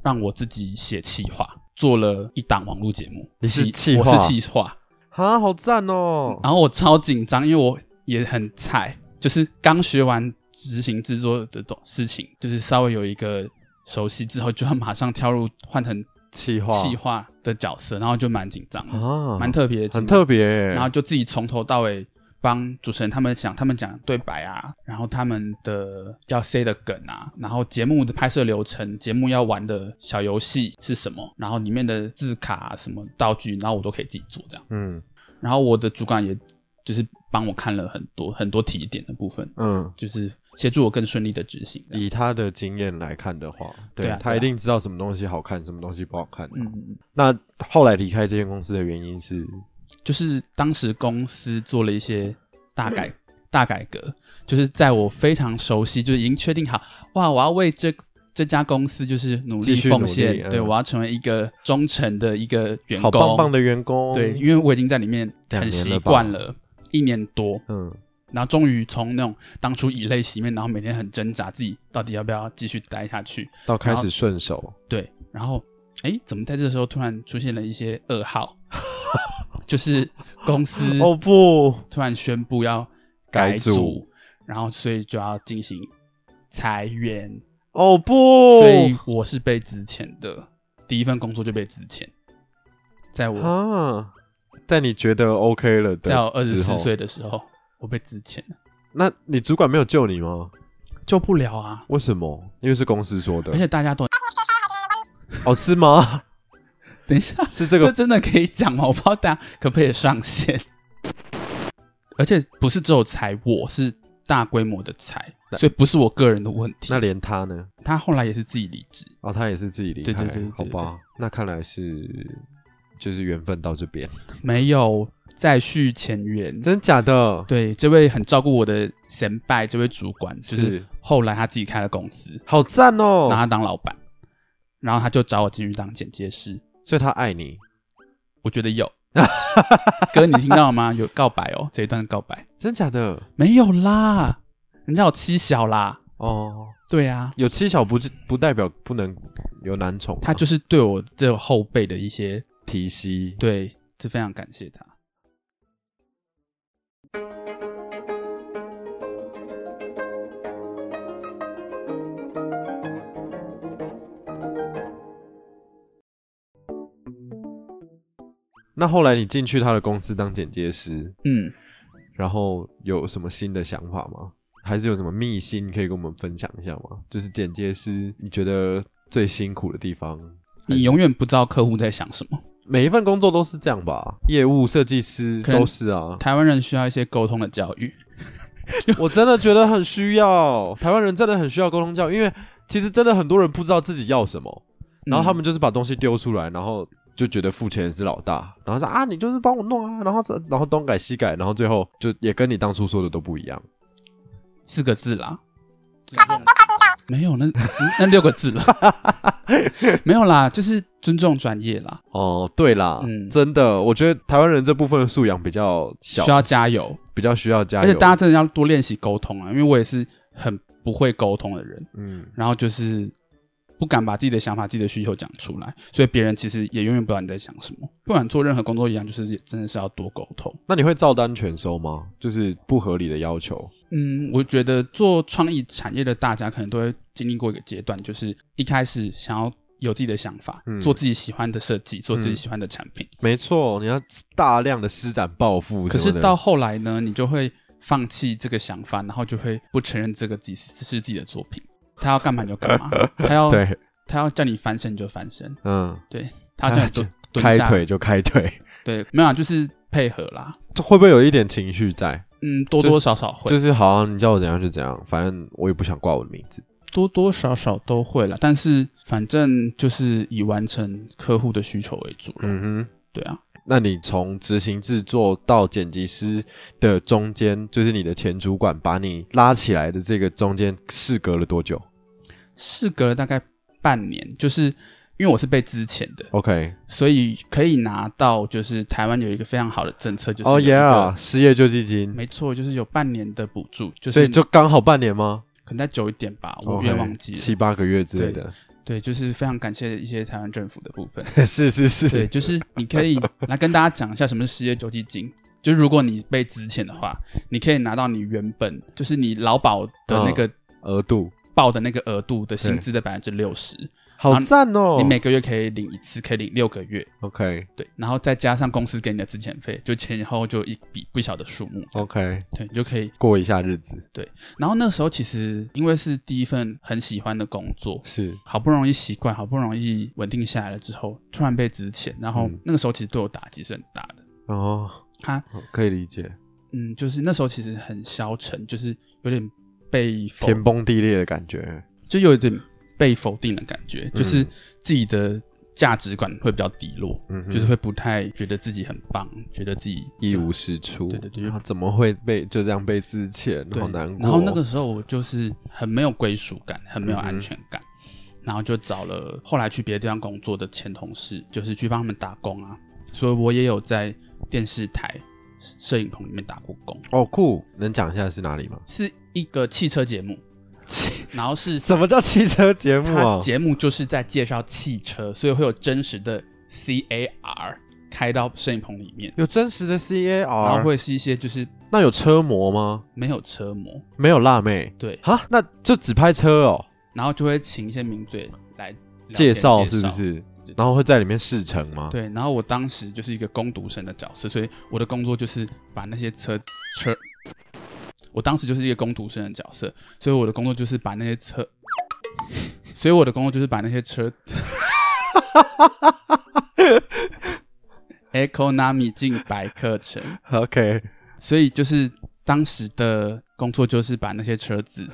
Speaker 4: 让我自己写企划，做了一档网络节目。
Speaker 3: 你是
Speaker 4: 企
Speaker 3: 企划
Speaker 4: 我是企划，
Speaker 3: 啊，好赞哦，
Speaker 4: 然后我超紧张，因为我也很菜，就是刚学完执行制作的东事情，就是稍微有一个熟悉之后，就要马上跳入换成
Speaker 3: 企划
Speaker 4: 企划的角色，然后就蛮紧张的，
Speaker 3: 啊，
Speaker 4: 蛮特别的经历，
Speaker 3: 很特别耶，
Speaker 4: 然后就自己从头到尾帮主持人他们想他们讲对白啊，然后他们的要 say 的梗啊，然后节目的拍摄流程，节目要玩的小游戏是什么，然后里面的字卡啊、什么道具，然后我都可以自己做这样。
Speaker 3: 嗯
Speaker 4: 然后我的主管也就是帮我看了很多很多提点的部分，
Speaker 3: 嗯。
Speaker 4: 就是协助我更顺利的执行这样。
Speaker 3: 以他的经验来看的话，对
Speaker 4: 对啊
Speaker 3: 他
Speaker 4: 对啊
Speaker 3: 一定知道什么东西好看，什么东西不好看。
Speaker 4: 嗯，嗯嗯
Speaker 3: 那后来离开这间公司的原因是，
Speaker 4: 就是当时公司做了一些大改大改革，就是在我非常熟悉，就是已经确定好，哇，我要为这这家公司就是努
Speaker 3: 继
Speaker 4: 力
Speaker 3: 续努力
Speaker 4: 奉献，
Speaker 3: 嗯
Speaker 4: 对我要成为一个忠诚的一个员工，
Speaker 3: 好棒棒的员工，
Speaker 4: 对，因为我已经在里面
Speaker 3: 两
Speaker 4: 很
Speaker 3: 年
Speaker 4: 习
Speaker 3: 了吧
Speaker 4: 惯了。一年多，
Speaker 3: 嗯，
Speaker 4: 然后终于从那种当初以泪洗面，然后每天很挣扎自己到底要不要继续待下去，
Speaker 3: 到开
Speaker 4: 然
Speaker 3: 始
Speaker 4: 后
Speaker 3: 顺手，
Speaker 4: 对，然后哎，怎么在这时候突然出现了一些 噩耗？就是公司
Speaker 3: 哦不，
Speaker 4: 突然宣布要
Speaker 3: 改
Speaker 4: 改
Speaker 3: 组
Speaker 4: 然后所以就要进行裁员，
Speaker 3: 哦不，
Speaker 4: 所以我是被资遣的，第一份工作就被资遣，在我、
Speaker 3: 啊，在你觉得 OK 了的，
Speaker 4: 在我二十四，岁的时候，我被资遣了，
Speaker 3: 那你主管没有救你吗？
Speaker 4: 救不了啊！
Speaker 3: 为什么？因为是公司说的
Speaker 4: 而，且大 家都
Speaker 3: 哦是吗？
Speaker 4: 等一下，
Speaker 3: 是这
Speaker 4: 这
Speaker 3: 个
Speaker 4: 真的可以讲吗？我不知道大家可不可以上线。而且不是只有裁我，是大规模的裁，
Speaker 3: 那
Speaker 4: 所以不是我个人的问题
Speaker 3: 那。连他呢？
Speaker 4: 他后来也是自己离职，
Speaker 3: 哦，他也是自己离
Speaker 4: 对
Speaker 3: 开
Speaker 4: 对对对，
Speaker 3: 好吧？那看来是就是缘分到这边，
Speaker 4: 没有再续前缘。
Speaker 3: 真假的？
Speaker 4: 对，这位很照顾我的前拜，这位主管，就是
Speaker 3: 是
Speaker 4: 后来他自己开了公司，
Speaker 3: 好赞
Speaker 4: 拿他
Speaker 3: 哦！
Speaker 4: 当老板，然后他就找我进去当剪接师。
Speaker 3: 所以他爱你，
Speaker 4: 我觉得有，哥，你听到了吗？有告白哦，这一段告白
Speaker 3: 真假的？
Speaker 4: 没有啦，人家有妻小啦。
Speaker 3: 哦，
Speaker 4: 对啊，
Speaker 3: 有妻小不是不代表不能有男宠啊，
Speaker 4: 他就是对我这后辈的一些
Speaker 3: 提膝。
Speaker 4: 对，这非常感谢他。
Speaker 3: 那后来你进去他的公司当剪接师，
Speaker 4: 嗯，
Speaker 3: 然后有什么新的想法吗？还是有什么秘辛可以跟我们分享一下吗？就是剪接师，你觉得最辛苦的地方？
Speaker 4: 你永远不知道客户在想什么。
Speaker 3: 每一份工作都是这样吧？业务设计师
Speaker 4: 可能
Speaker 3: 都是 啊。
Speaker 4: 台湾人需要一些沟通的教育。
Speaker 3: 我真的觉得很需要，台湾人真的很需要沟通教育，因为其实真的很多人不知道自己要什么，然后他
Speaker 4: 嗯
Speaker 3: 们就是把东西丢出来，然后就觉得付钱是老大，然后说啊你就是帮我弄啊，然后这然后东改西改，然后最后就也跟你当初说的都不一样。
Speaker 4: 四个字啦。没有，那 嗯那六个字了， 没有啦，就是尊重专业啦，
Speaker 3: 哦，对啦，
Speaker 4: 嗯
Speaker 3: 真的，我觉得台湾人这部分的素养比较小，
Speaker 4: 需要加油，
Speaker 3: 比较需要加
Speaker 4: 而
Speaker 3: 油。
Speaker 4: 且大家真的要多练习沟通啊，因为我也是很不会沟通的人，
Speaker 3: 嗯，
Speaker 4: 然后就是不敢把自己的想法、自己的需求讲出来，所以别人其实也永远不知道你在想什么。不管做任何工作一样，就是真的是要多沟通。
Speaker 3: 那你会照单全收吗？就是不合理的要求，
Speaker 4: 嗯，我觉得做创意产业的大家可能都会经历过一个阶段，就是一开始想要有自己的想法，
Speaker 3: 嗯
Speaker 4: 做自己喜欢的设计，做自己
Speaker 3: 嗯
Speaker 4: 喜欢的产品。
Speaker 3: 没错，你要大量的施展抱负什么的。
Speaker 4: 可是到后来呢，你就会放弃这个想法，然后就会不承认这个自己是是自己的作品。他要干嘛你就干 嘛，他要
Speaker 3: 对，
Speaker 4: 他要叫你翻身你就翻身，
Speaker 3: 嗯，
Speaker 4: 对他叫你
Speaker 3: 啊
Speaker 4: 蹲蹲
Speaker 3: 开
Speaker 4: 下，
Speaker 3: 腿就开腿，
Speaker 4: 对，没有、啊、就是配合啦。
Speaker 3: 会不会有一点情绪在？
Speaker 4: 嗯，多
Speaker 3: 就是
Speaker 4: 多少少会，
Speaker 3: 就是好啊像你叫我怎样就怎样，反正我也不想挂我的名字。
Speaker 4: 多多少少都会了，但是反正就是以完成客户的需求为主了。
Speaker 3: 嗯哼。
Speaker 4: 对啊，
Speaker 3: 那你从执行制作到剪辑师的中间，就是你的前主管把你拉起来的这个中间，事隔了多久
Speaker 4: 事隔了大概半年，就是因为我是被资遣的，
Speaker 3: ？OK，
Speaker 4: 所以可以拿到就是台湾有一个非常好的政策，就是
Speaker 3: 哦、
Speaker 4: 有一个
Speaker 3: yeah，失业救济金，
Speaker 4: 没错，就是有半年的补助，就是
Speaker 3: 所以就刚好半年吗？
Speaker 4: 可能再久一点吧，我
Speaker 3: OK，
Speaker 4: 也忘记了。
Speaker 3: 七八个月之类的。
Speaker 4: 对，就是非常感谢一些台湾政府的部 分。
Speaker 3: 是是是，
Speaker 4: 对，就是你可以来跟大家讲一下什么是失业救济金。就是如果你被资遣的话，你可以拿到你原本就是你劳保的
Speaker 3: 嗯
Speaker 4: 那个
Speaker 3: 额度
Speaker 4: 报的那个额度的薪资的百分之六十，
Speaker 3: 好赞哦、
Speaker 4: 啊你每个月可以领一次，可以领六个月，
Speaker 3: OK
Speaker 4: 对，然后再加上公司给你的资遣费，就前后就一笔不小的数目，
Speaker 3: OK，
Speaker 4: 对，你就可以。
Speaker 3: 过一下日子
Speaker 4: 然后那时候其实因为是第一份很喜欢的工作，
Speaker 3: 是
Speaker 4: 好不容易习惯，好不容易稳定下来了之后，突然被资遣，然后
Speaker 3: 嗯
Speaker 4: 那个时候其实对我打击是很大的。
Speaker 3: 哦，
Speaker 4: 他
Speaker 3: 可以理解，
Speaker 4: 嗯，就是那时候其实很消沉，就是有点被否，
Speaker 3: 天崩地裂的感觉。
Speaker 4: 就有一点被否定的感
Speaker 3: 嗯
Speaker 4: 觉，就是自己的价值观会比较低落，
Speaker 3: 嗯哼
Speaker 4: 就是会不太觉得自己很棒，觉得自己
Speaker 3: 一无是处，
Speaker 4: 对对对
Speaker 3: 然后怎么会被就这样被自遣，
Speaker 4: 对
Speaker 3: 好难过。
Speaker 4: 然后那个时候我就是很没有归属感，很没有安全感，
Speaker 3: 嗯
Speaker 4: 然后就找了后来去别的地方工作的前同事，就是去帮他们打工啊。所以我也有在电视台摄影棚里面打过工，
Speaker 3: 哦酷，能讲一下是哪里吗？
Speaker 4: 是一个汽车节目，然后是
Speaker 3: 什么叫汽车节目
Speaker 4: 它
Speaker 3: 啊？
Speaker 4: 节目就是在介绍汽车，所以会有真实的 CAR 开到摄影棚里面，
Speaker 3: 有真实的 CAR，
Speaker 4: 然后会是一些就是
Speaker 3: 那有车模吗？
Speaker 4: 没有车模，
Speaker 3: 没有辣妹
Speaker 4: 对，
Speaker 3: 哈，那就只拍车哦，
Speaker 4: 然后就会请一些名嘴来聊天
Speaker 3: 介绍是
Speaker 4: 介
Speaker 3: 不
Speaker 4: 绍
Speaker 3: 是
Speaker 4: 对？
Speaker 3: 然后会在里面试乘吗？
Speaker 4: 对，然后我当时就是一个攻读生的角色，所以我的工作就是把那些车车，我当时就是一个攻读生的角色，所以我的工作就是把那些车， 所以我的工作就是把那些车，Economy 进白课程，
Speaker 3: ，OK，
Speaker 4: 所以就是当时的工作就是把那些车子。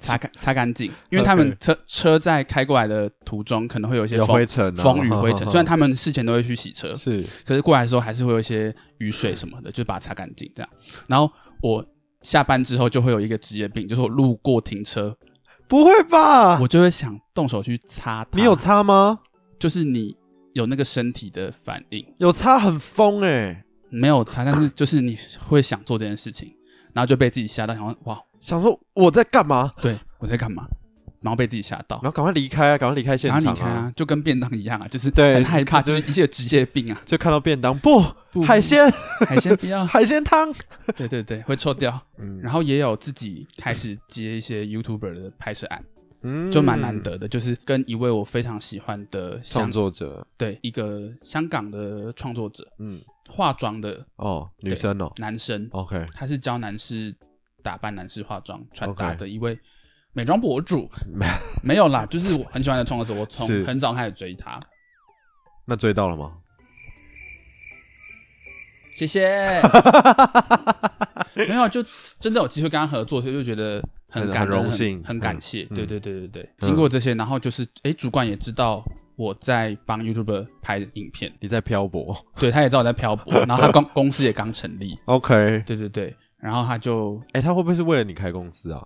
Speaker 4: 擦干擦干净，因为他们
Speaker 3: OK
Speaker 4: 车车在开过来的途中可能会有一些
Speaker 3: 有
Speaker 4: 风
Speaker 3: 灰尘啊，
Speaker 4: 风雨
Speaker 3: 哈
Speaker 4: 灰
Speaker 3: 哈
Speaker 4: 尘。
Speaker 3: 哈
Speaker 4: 虽然他们事前都会去洗 车，
Speaker 3: 是
Speaker 4: 可是过来的时候还是会有一些雨水什么的，就把它擦干净这样。然后我下班之后就会有一个职业病，就是我路过停车，
Speaker 3: 不会吧？
Speaker 4: 我就会想动手去擦它。
Speaker 3: 啊你有，擦吗？
Speaker 4: 就是你有那个身体的反应，
Speaker 3: 有擦很疯哎，
Speaker 4: 没有擦，但是就是你会想做这件事情，然后就被自己吓到，想说哇，
Speaker 3: 想说我在干嘛？
Speaker 4: 对我在干嘛？然后被自己吓到
Speaker 3: 然，后赶快离开啊，赶快离开现
Speaker 4: 然后
Speaker 3: 场
Speaker 4: 你看啊，就跟便当一样啊，就是
Speaker 3: 对
Speaker 4: 很害怕，
Speaker 3: 就
Speaker 4: 就是一些职业病啊，
Speaker 3: 就看到便当不
Speaker 4: 不
Speaker 3: 海鲜
Speaker 4: 海鲜不要，
Speaker 3: 海鲜汤，
Speaker 4: 对对对，会臭掉。
Speaker 3: 嗯
Speaker 4: 然后也有自己开始接一些 YouTuber 的拍摄案，
Speaker 3: 嗯
Speaker 4: 就蛮难。得的。就是跟一位我非常喜欢的
Speaker 3: 创
Speaker 4: 香
Speaker 3: 作者，
Speaker 4: 对一个香港的创作者，
Speaker 3: 嗯，
Speaker 4: 化妆的
Speaker 3: 哦，女
Speaker 4: 对
Speaker 3: 生哦
Speaker 4: 男生，
Speaker 3: ，OK，
Speaker 4: 他是教男士打扮、男士化妆、穿搭
Speaker 3: OK
Speaker 4: 的一位美妆博 主。没有啦，就是我很喜欢的创作者，我从
Speaker 3: 是
Speaker 4: 很早开始追他。
Speaker 3: 那追到了吗？
Speaker 4: 谢谢。没有，就真的有机会跟他合作，所以就觉得很
Speaker 3: 很
Speaker 4: 感
Speaker 3: 很荣
Speaker 4: 恩
Speaker 3: 幸
Speaker 4: 很
Speaker 3: 嗯
Speaker 4: 感谢。
Speaker 3: 嗯
Speaker 4: 对对对对对，经过这些，然后就是，哎，主管也知道我在帮 YouTube 拍影片，
Speaker 3: 你在漂泊
Speaker 4: 对，他也知道我在漂泊，然后他公公司也刚成立，
Speaker 3: ，OK，
Speaker 4: 对对对，然后他就
Speaker 3: 哎，他会不会是为了你开公司啊？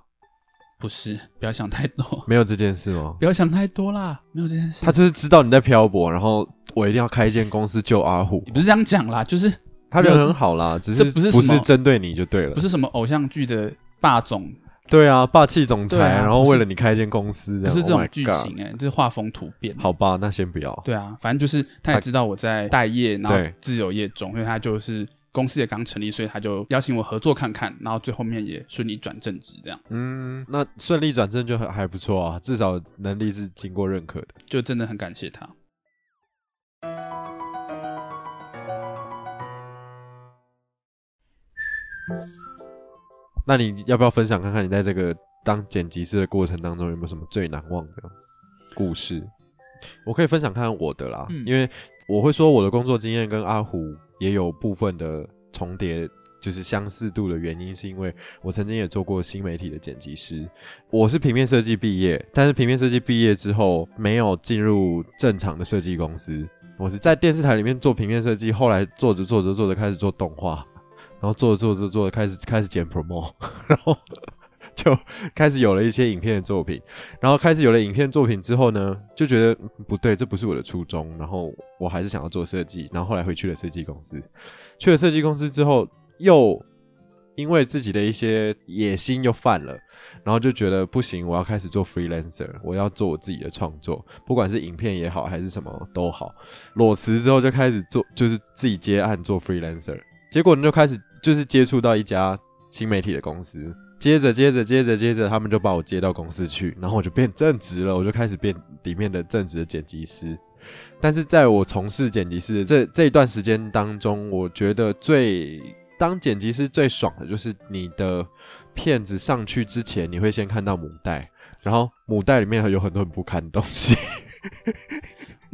Speaker 4: 不是，不要想太多，
Speaker 3: 没有这件事吗？
Speaker 4: 不要想太多啦，没有这件事，
Speaker 3: 他就是知道你在漂泊，然后我一定要开一间公司救阿虎
Speaker 4: 你，不是这样讲啦，就是
Speaker 3: 他
Speaker 4: 没有
Speaker 3: 人
Speaker 4: 这
Speaker 3: 很好啦，只
Speaker 4: 这
Speaker 3: 是
Speaker 4: 不是什
Speaker 3: 不是
Speaker 4: 么
Speaker 3: 针对你就对了，
Speaker 4: 不是什么偶像剧的霸总
Speaker 3: 对啊，霸气总裁，
Speaker 4: 对啊
Speaker 3: 然后为了你开一间公司，
Speaker 4: 不是
Speaker 3: 样
Speaker 4: 这种
Speaker 3: Oh my
Speaker 4: 剧
Speaker 3: God
Speaker 4: 情哎、这是画风突变。
Speaker 3: 好吧，那先不要。
Speaker 4: 对啊，反正就是他也知道我在待业，然
Speaker 3: 对
Speaker 4: 后自由业中，因为他就是公司也刚成立，所以他就邀请我合作看看，然后最后面也顺利转正职，这样
Speaker 3: 嗯，那顺利转正就很还不错啊，至少能力是经过认可的。
Speaker 4: 就真的很感谢他。
Speaker 3: 那你要不要分享看看你在这个当剪辑师的过程当中有没有什么最难忘的故事？我可以分享看看我的啦，
Speaker 4: 嗯
Speaker 3: 因为我会说我的工作经验跟阿虎也有部分的重叠，就是相似度的原因，是因为我曾经也做过新媒体的剪辑师，我是平面设计毕业，但是平面设计毕业之后没有进入正常的设计公司，我是在电视台里面做平面设计，后来做着做着做着开始做动画，然后做着做着做着开始开始剪 promo，然后 就开始有了一些影片的作品，然后开始有了影片作品之后呢，就觉得嗯不对，这不是我的初衷，然后我还是想要做设计，然后后来回去了设计公司，去了设计公司之后又。因为自己的一些野心又犯了，然后就觉得不行，我要开始做 freelancer，我要做我自己的创作，不管是影片也好，还是什么都好。裸辞之后就开始做，就是自己接案做 freelancer，结果你就开始就是接触到一家新媒体的公司，接着接着接着接着，他们就把我接到公司去，然后我就变正职了，我就开始变里面的正职的剪辑师。但是在我从事剪辑师的这这一段时间当中，我觉得最当剪辑师最爽的就是你的片子上去之前，你会先看到母带，然后母带里面有很多很不堪的东西，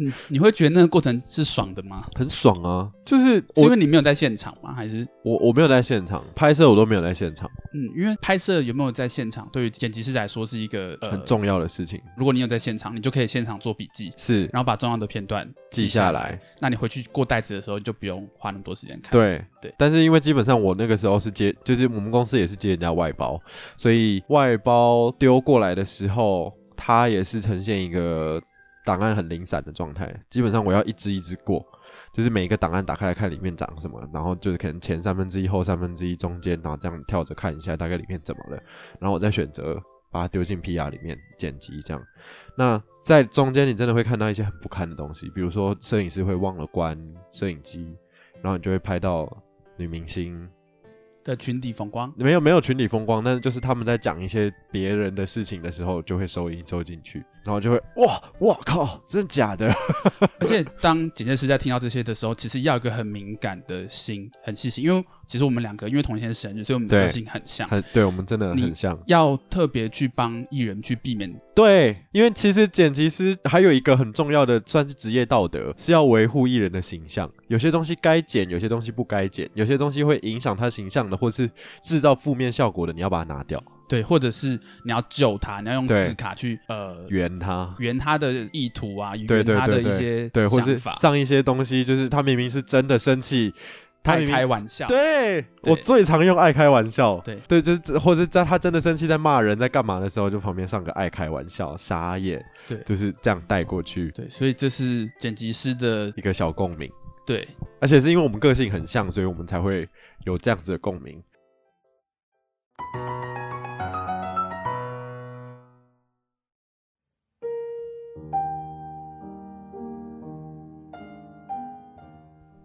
Speaker 4: 嗯，你会觉得那个过程是爽的吗？
Speaker 3: 很爽啊！就是
Speaker 4: 是因
Speaker 3: 我
Speaker 4: 为你没有在现场吗？还是
Speaker 3: 我我没有在现场拍摄，我都没有在现场，
Speaker 4: 嗯，因为拍摄有没有在现场，对于剪辑师来说是一个呃
Speaker 3: 很。重要的事情
Speaker 4: 如果你有在现场，你就可以现场做笔记，
Speaker 3: 是
Speaker 4: 然后把重要的片段
Speaker 3: 记下
Speaker 4: 下
Speaker 3: 来。。
Speaker 4: 那你回去过袋子的时候，你就不用花那么多时间看。，
Speaker 3: 对
Speaker 4: 对
Speaker 3: 但是因为基本上我那个时候是接，就是我们公司也是接人家外包，所以外包丢过来的时候，它也是呈现一个档案很零散的状态。基本上我要一支一支过，就是每一个档案打开来看里面长什么，然后就是可能前三分之一、后三分之一、中间，然后这样跳着看一下大概里面怎么了，然后我再选择把它丢进 PR 里面剪辑这样。那在中间你真的会看到一些很不堪的东西，比如说摄影师会忘了关摄影机，然后你就会拍到女明星，
Speaker 4: 的群体风光，
Speaker 3: 没有没有群体风光，但是就是他们在讲一些别人的事情的时候，就会收音收进去，然后就会哇哇靠，真的假的？
Speaker 4: 而且当剪接师在听到这些的时候，其实要有一个很敏感的心，很细心，因为其实我们两个因为同一天生日，所以我们的
Speaker 3: 对
Speaker 4: 个性很像，
Speaker 3: 很 对我们真的
Speaker 4: 你
Speaker 3: 很像，
Speaker 4: 要特别去帮艺人去避免。
Speaker 3: 对，因为其实剪辑师还有一个很重要的，算是职业道德，是要维护艺人的形象。有些东西该剪，有些东西不该剪，有些东西会影响他形象的，或是制造负面效果的，你要把它拿掉，
Speaker 4: 对，或者是你要救他，你要用
Speaker 3: 对
Speaker 4: 字卡去呃
Speaker 3: 圆它。
Speaker 4: 圆他的意图啊，圆
Speaker 3: 对对
Speaker 4: 他的
Speaker 3: 对
Speaker 4: 一
Speaker 3: 对
Speaker 4: 些
Speaker 3: 对，或
Speaker 4: 想
Speaker 3: 是
Speaker 4: 法，
Speaker 3: 上一些东西，就是他明明是真的生气，他
Speaker 4: 爱
Speaker 3: 明明
Speaker 4: 开玩笑。
Speaker 3: 对我
Speaker 4: 对
Speaker 3: 最常用爱开玩笑，
Speaker 4: 对
Speaker 3: 对，就是这或者在他真的生气在骂人在干嘛的时候，就旁边上个爱开玩笑，傻眼，
Speaker 4: 对
Speaker 3: 就是这样带过去
Speaker 4: 对，所以这是剪辑师的
Speaker 3: 一个小共鸣，
Speaker 4: 对
Speaker 3: 而且是因为我们个性很像，所以我们才会有这样子的共鸣。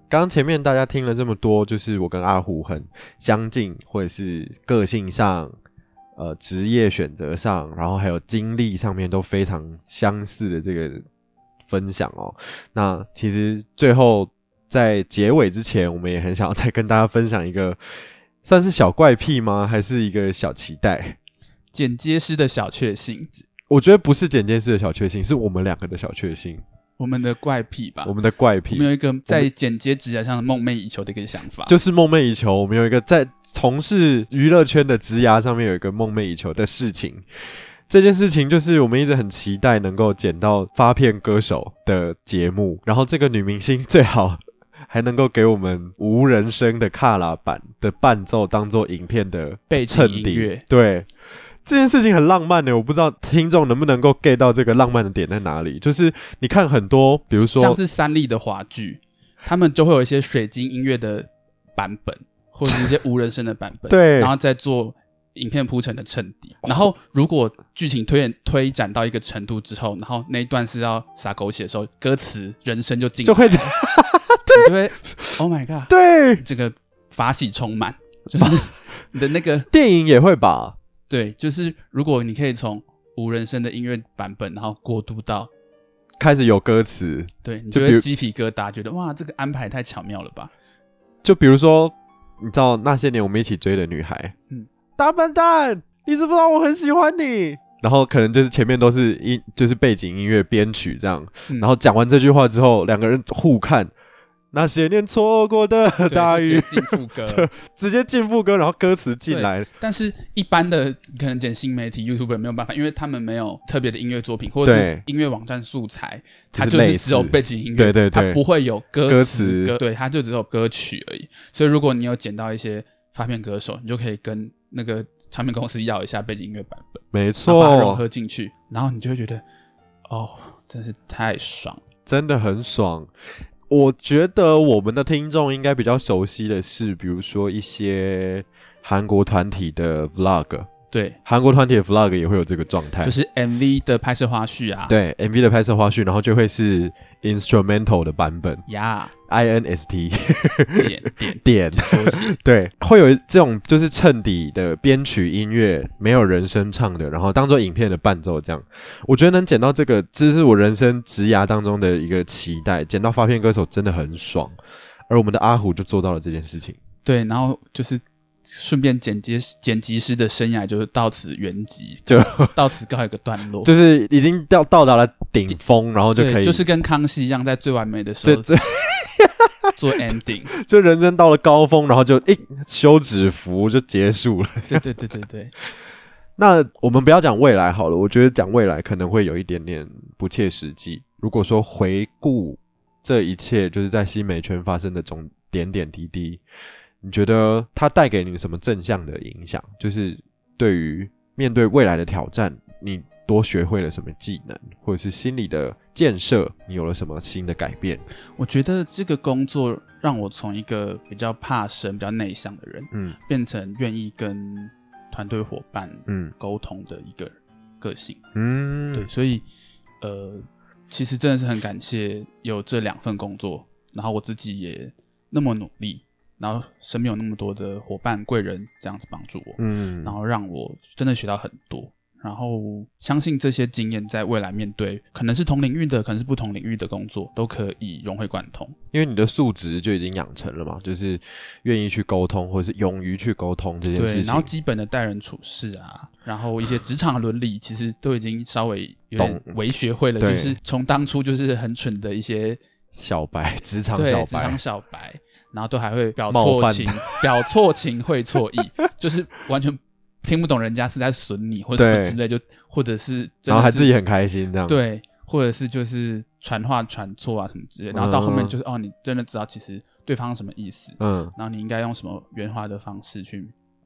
Speaker 3: 刚刚前面大家听了这么多，就是我跟阿虎很相近，或者是个性上、呃职业选择上，然后还有经历上面都非常相似的这个分享哦。那其实最后在结尾之前，我们也很想要再跟大家分享一个算是小怪癖吗？还是一个小期待？
Speaker 4: 剪接师的小确幸，
Speaker 3: 我觉得不是剪接师的小确幸，是我们两个的小确幸，
Speaker 4: 我们的怪癖吧。
Speaker 3: 我们的怪
Speaker 4: 我
Speaker 3: 癖
Speaker 4: 们有一个在剪接职涯上的梦寐以求的一个想法，
Speaker 3: 就是梦寐以求。我们有一个在从事娱乐圈的职涯上面有一个梦寐以求的事情。这件事情就是我们一直很期待能够捡到发片歌手的节目，然后这个女明星最好 还能够给我们无人声的卡拉版的伴奏当做影片的
Speaker 4: 背景
Speaker 3: 衬
Speaker 4: 音
Speaker 3: 底
Speaker 4: 乐。
Speaker 3: 对，这件事情很浪漫呢，我不知道听众能不能够 get 到这个浪漫的点在哪里。就是你看很多，比如
Speaker 4: 像
Speaker 3: 说
Speaker 4: 是三立的华剧，他们就会有一些水晶音乐的版本，或者是一些无人声的版 本，
Speaker 3: 对哦
Speaker 4: 然后再做影片铺陈的衬底。然后如果剧情推演推展到一个程度之后，然后那一段是要撒狗血的时候，歌词人声就进来，
Speaker 3: 就会
Speaker 4: 对，就会 Oh my God，
Speaker 3: 对
Speaker 4: 这个法喜 充满，就是你的那个
Speaker 3: 电影也会吧？
Speaker 4: 对，就是如果你可以从无人声的音乐版本，然后过渡到
Speaker 3: 开始有歌词，
Speaker 4: 对，你
Speaker 3: 就
Speaker 4: 就
Speaker 3: 比
Speaker 4: 会
Speaker 3: 如
Speaker 4: 鸡皮疙瘩，觉得哇，这个安排太巧妙了吧？
Speaker 3: 就比如说，你知道那些年我们一起追的女孩，嗯
Speaker 4: 嗯，
Speaker 3: 大笨蛋，你知不知道我很喜欢你？然后可能就是前面都是音，就是背景音乐编曲这样。
Speaker 4: 嗯
Speaker 3: 然后讲完这句话之后，两个人互看那些年错过的
Speaker 4: 对 就
Speaker 3: 大雨，
Speaker 4: 直，接进副歌
Speaker 3: 就直接进副歌，然后歌词进来，
Speaker 4: 但是一般的可能剪新媒体 YouTuber 没有办法，因为他们没有特别的音乐作品或者
Speaker 3: 对
Speaker 4: 是音乐网站素材，它
Speaker 3: 就是
Speaker 4: 就
Speaker 3: 类
Speaker 4: 是
Speaker 3: 似
Speaker 4: 只有背景音乐，
Speaker 3: 对对对
Speaker 4: 它不会有歌
Speaker 3: 歌词
Speaker 4: 词，歌对，它就只有歌曲而已。所以如果你有捡到一些发片歌手，你就可以跟那个唱片公司要一下背景音乐版本，
Speaker 3: 没
Speaker 4: 然后把它融
Speaker 3: 错，
Speaker 4: 合进去，然后你就会觉得，哦，真是太爽了。
Speaker 3: 真的很爽。我觉得我们的听众应该比较熟悉的是，比如说一些韩国团体的 vlog，
Speaker 4: 对，
Speaker 3: 韩国团体的 vlog 也会有这个状态，
Speaker 4: 就是 MV 的拍摄花絮啊，
Speaker 3: 对 MV 的拍摄花絮，然后就会是 instrumental 的版本
Speaker 4: 呀，
Speaker 3: ，I N S T
Speaker 4: 点点
Speaker 3: 点。
Speaker 4: 缩写，
Speaker 3: 对，会有这种就是衬底的编曲音乐，没有人声唱的，然后当做影片的伴奏这样。我觉得能捡到这个，这是我人生职涯当中的一个期待。捡到发片歌手真的很爽，而我们的阿虎就做到了这件事情。
Speaker 4: 对，然后就是顺便剪接剪辑师的生涯就是到此圆寂，
Speaker 3: 就
Speaker 4: 到此告一个段落，
Speaker 3: 就是已经到到达了顶峰，然后就可
Speaker 4: 对，
Speaker 3: 以
Speaker 4: 就是跟康熙一样，在最完美的时
Speaker 3: 这
Speaker 4: 候
Speaker 3: 这
Speaker 4: 做 ending，
Speaker 3: 就人生到了高峰，然后就诶、休止符就结束了。
Speaker 4: 对对对对对，
Speaker 3: 那我们不要讲未来好了，我觉得讲未来可能会有一点点不切实际。如果说回顾这一切，就是在新美圈发生的种点点滴滴，你觉得它带给你什么正向的影响？就是对于面对未来的挑战，你多学会了什么技能，或者是心理的建设，你有了什么新的改变？
Speaker 4: 我觉得这个工作让我从一个比较怕生、比较内向的人，
Speaker 3: 嗯
Speaker 4: 变成愿意跟团队伙伴
Speaker 3: 嗯
Speaker 4: 沟通的一个个性。
Speaker 3: 嗯，
Speaker 4: 对，，所以呃，其实真的是很感谢有这两份工作，然后我自己也那么努力，然后身边有那么多的伙伴贵人这样子帮助我，
Speaker 3: 嗯，
Speaker 4: 然后让我真的学到很多。然后相信这些经验在未来面对可能是同领域的，可能是不同领域的工作，都可以融会贯通。
Speaker 3: 因为你的素质就已经养成了嘛，就是愿意去沟通，或者是勇于去沟通这件事
Speaker 4: 对，
Speaker 3: 情。
Speaker 4: 然后基本的待人处事啊，然后一些职场伦理，其实都已经稍微有点
Speaker 3: 懂
Speaker 4: 微学会了，
Speaker 3: 对
Speaker 4: 就是从当初就是很蠢的一些
Speaker 3: 小白， 职场
Speaker 4: 对，
Speaker 3: 小
Speaker 4: 职场
Speaker 3: 白，
Speaker 4: 小白，然后都还会表
Speaker 3: 冒
Speaker 4: 错
Speaker 3: 犯
Speaker 4: 情，表错情会错意，就是完全听不懂人家是在损你或什么
Speaker 3: 对
Speaker 4: 之类，就或者是真的
Speaker 3: 然后还
Speaker 4: 是
Speaker 3: 自己很开心这样。，
Speaker 4: 对，或者是就是传话传错啊什么之类，然后到后面
Speaker 3: 嗯
Speaker 4: 就是、哦，你真的知道其实对方什么意思，
Speaker 3: 嗯，
Speaker 4: 然后你应该用什么圆滑的方式去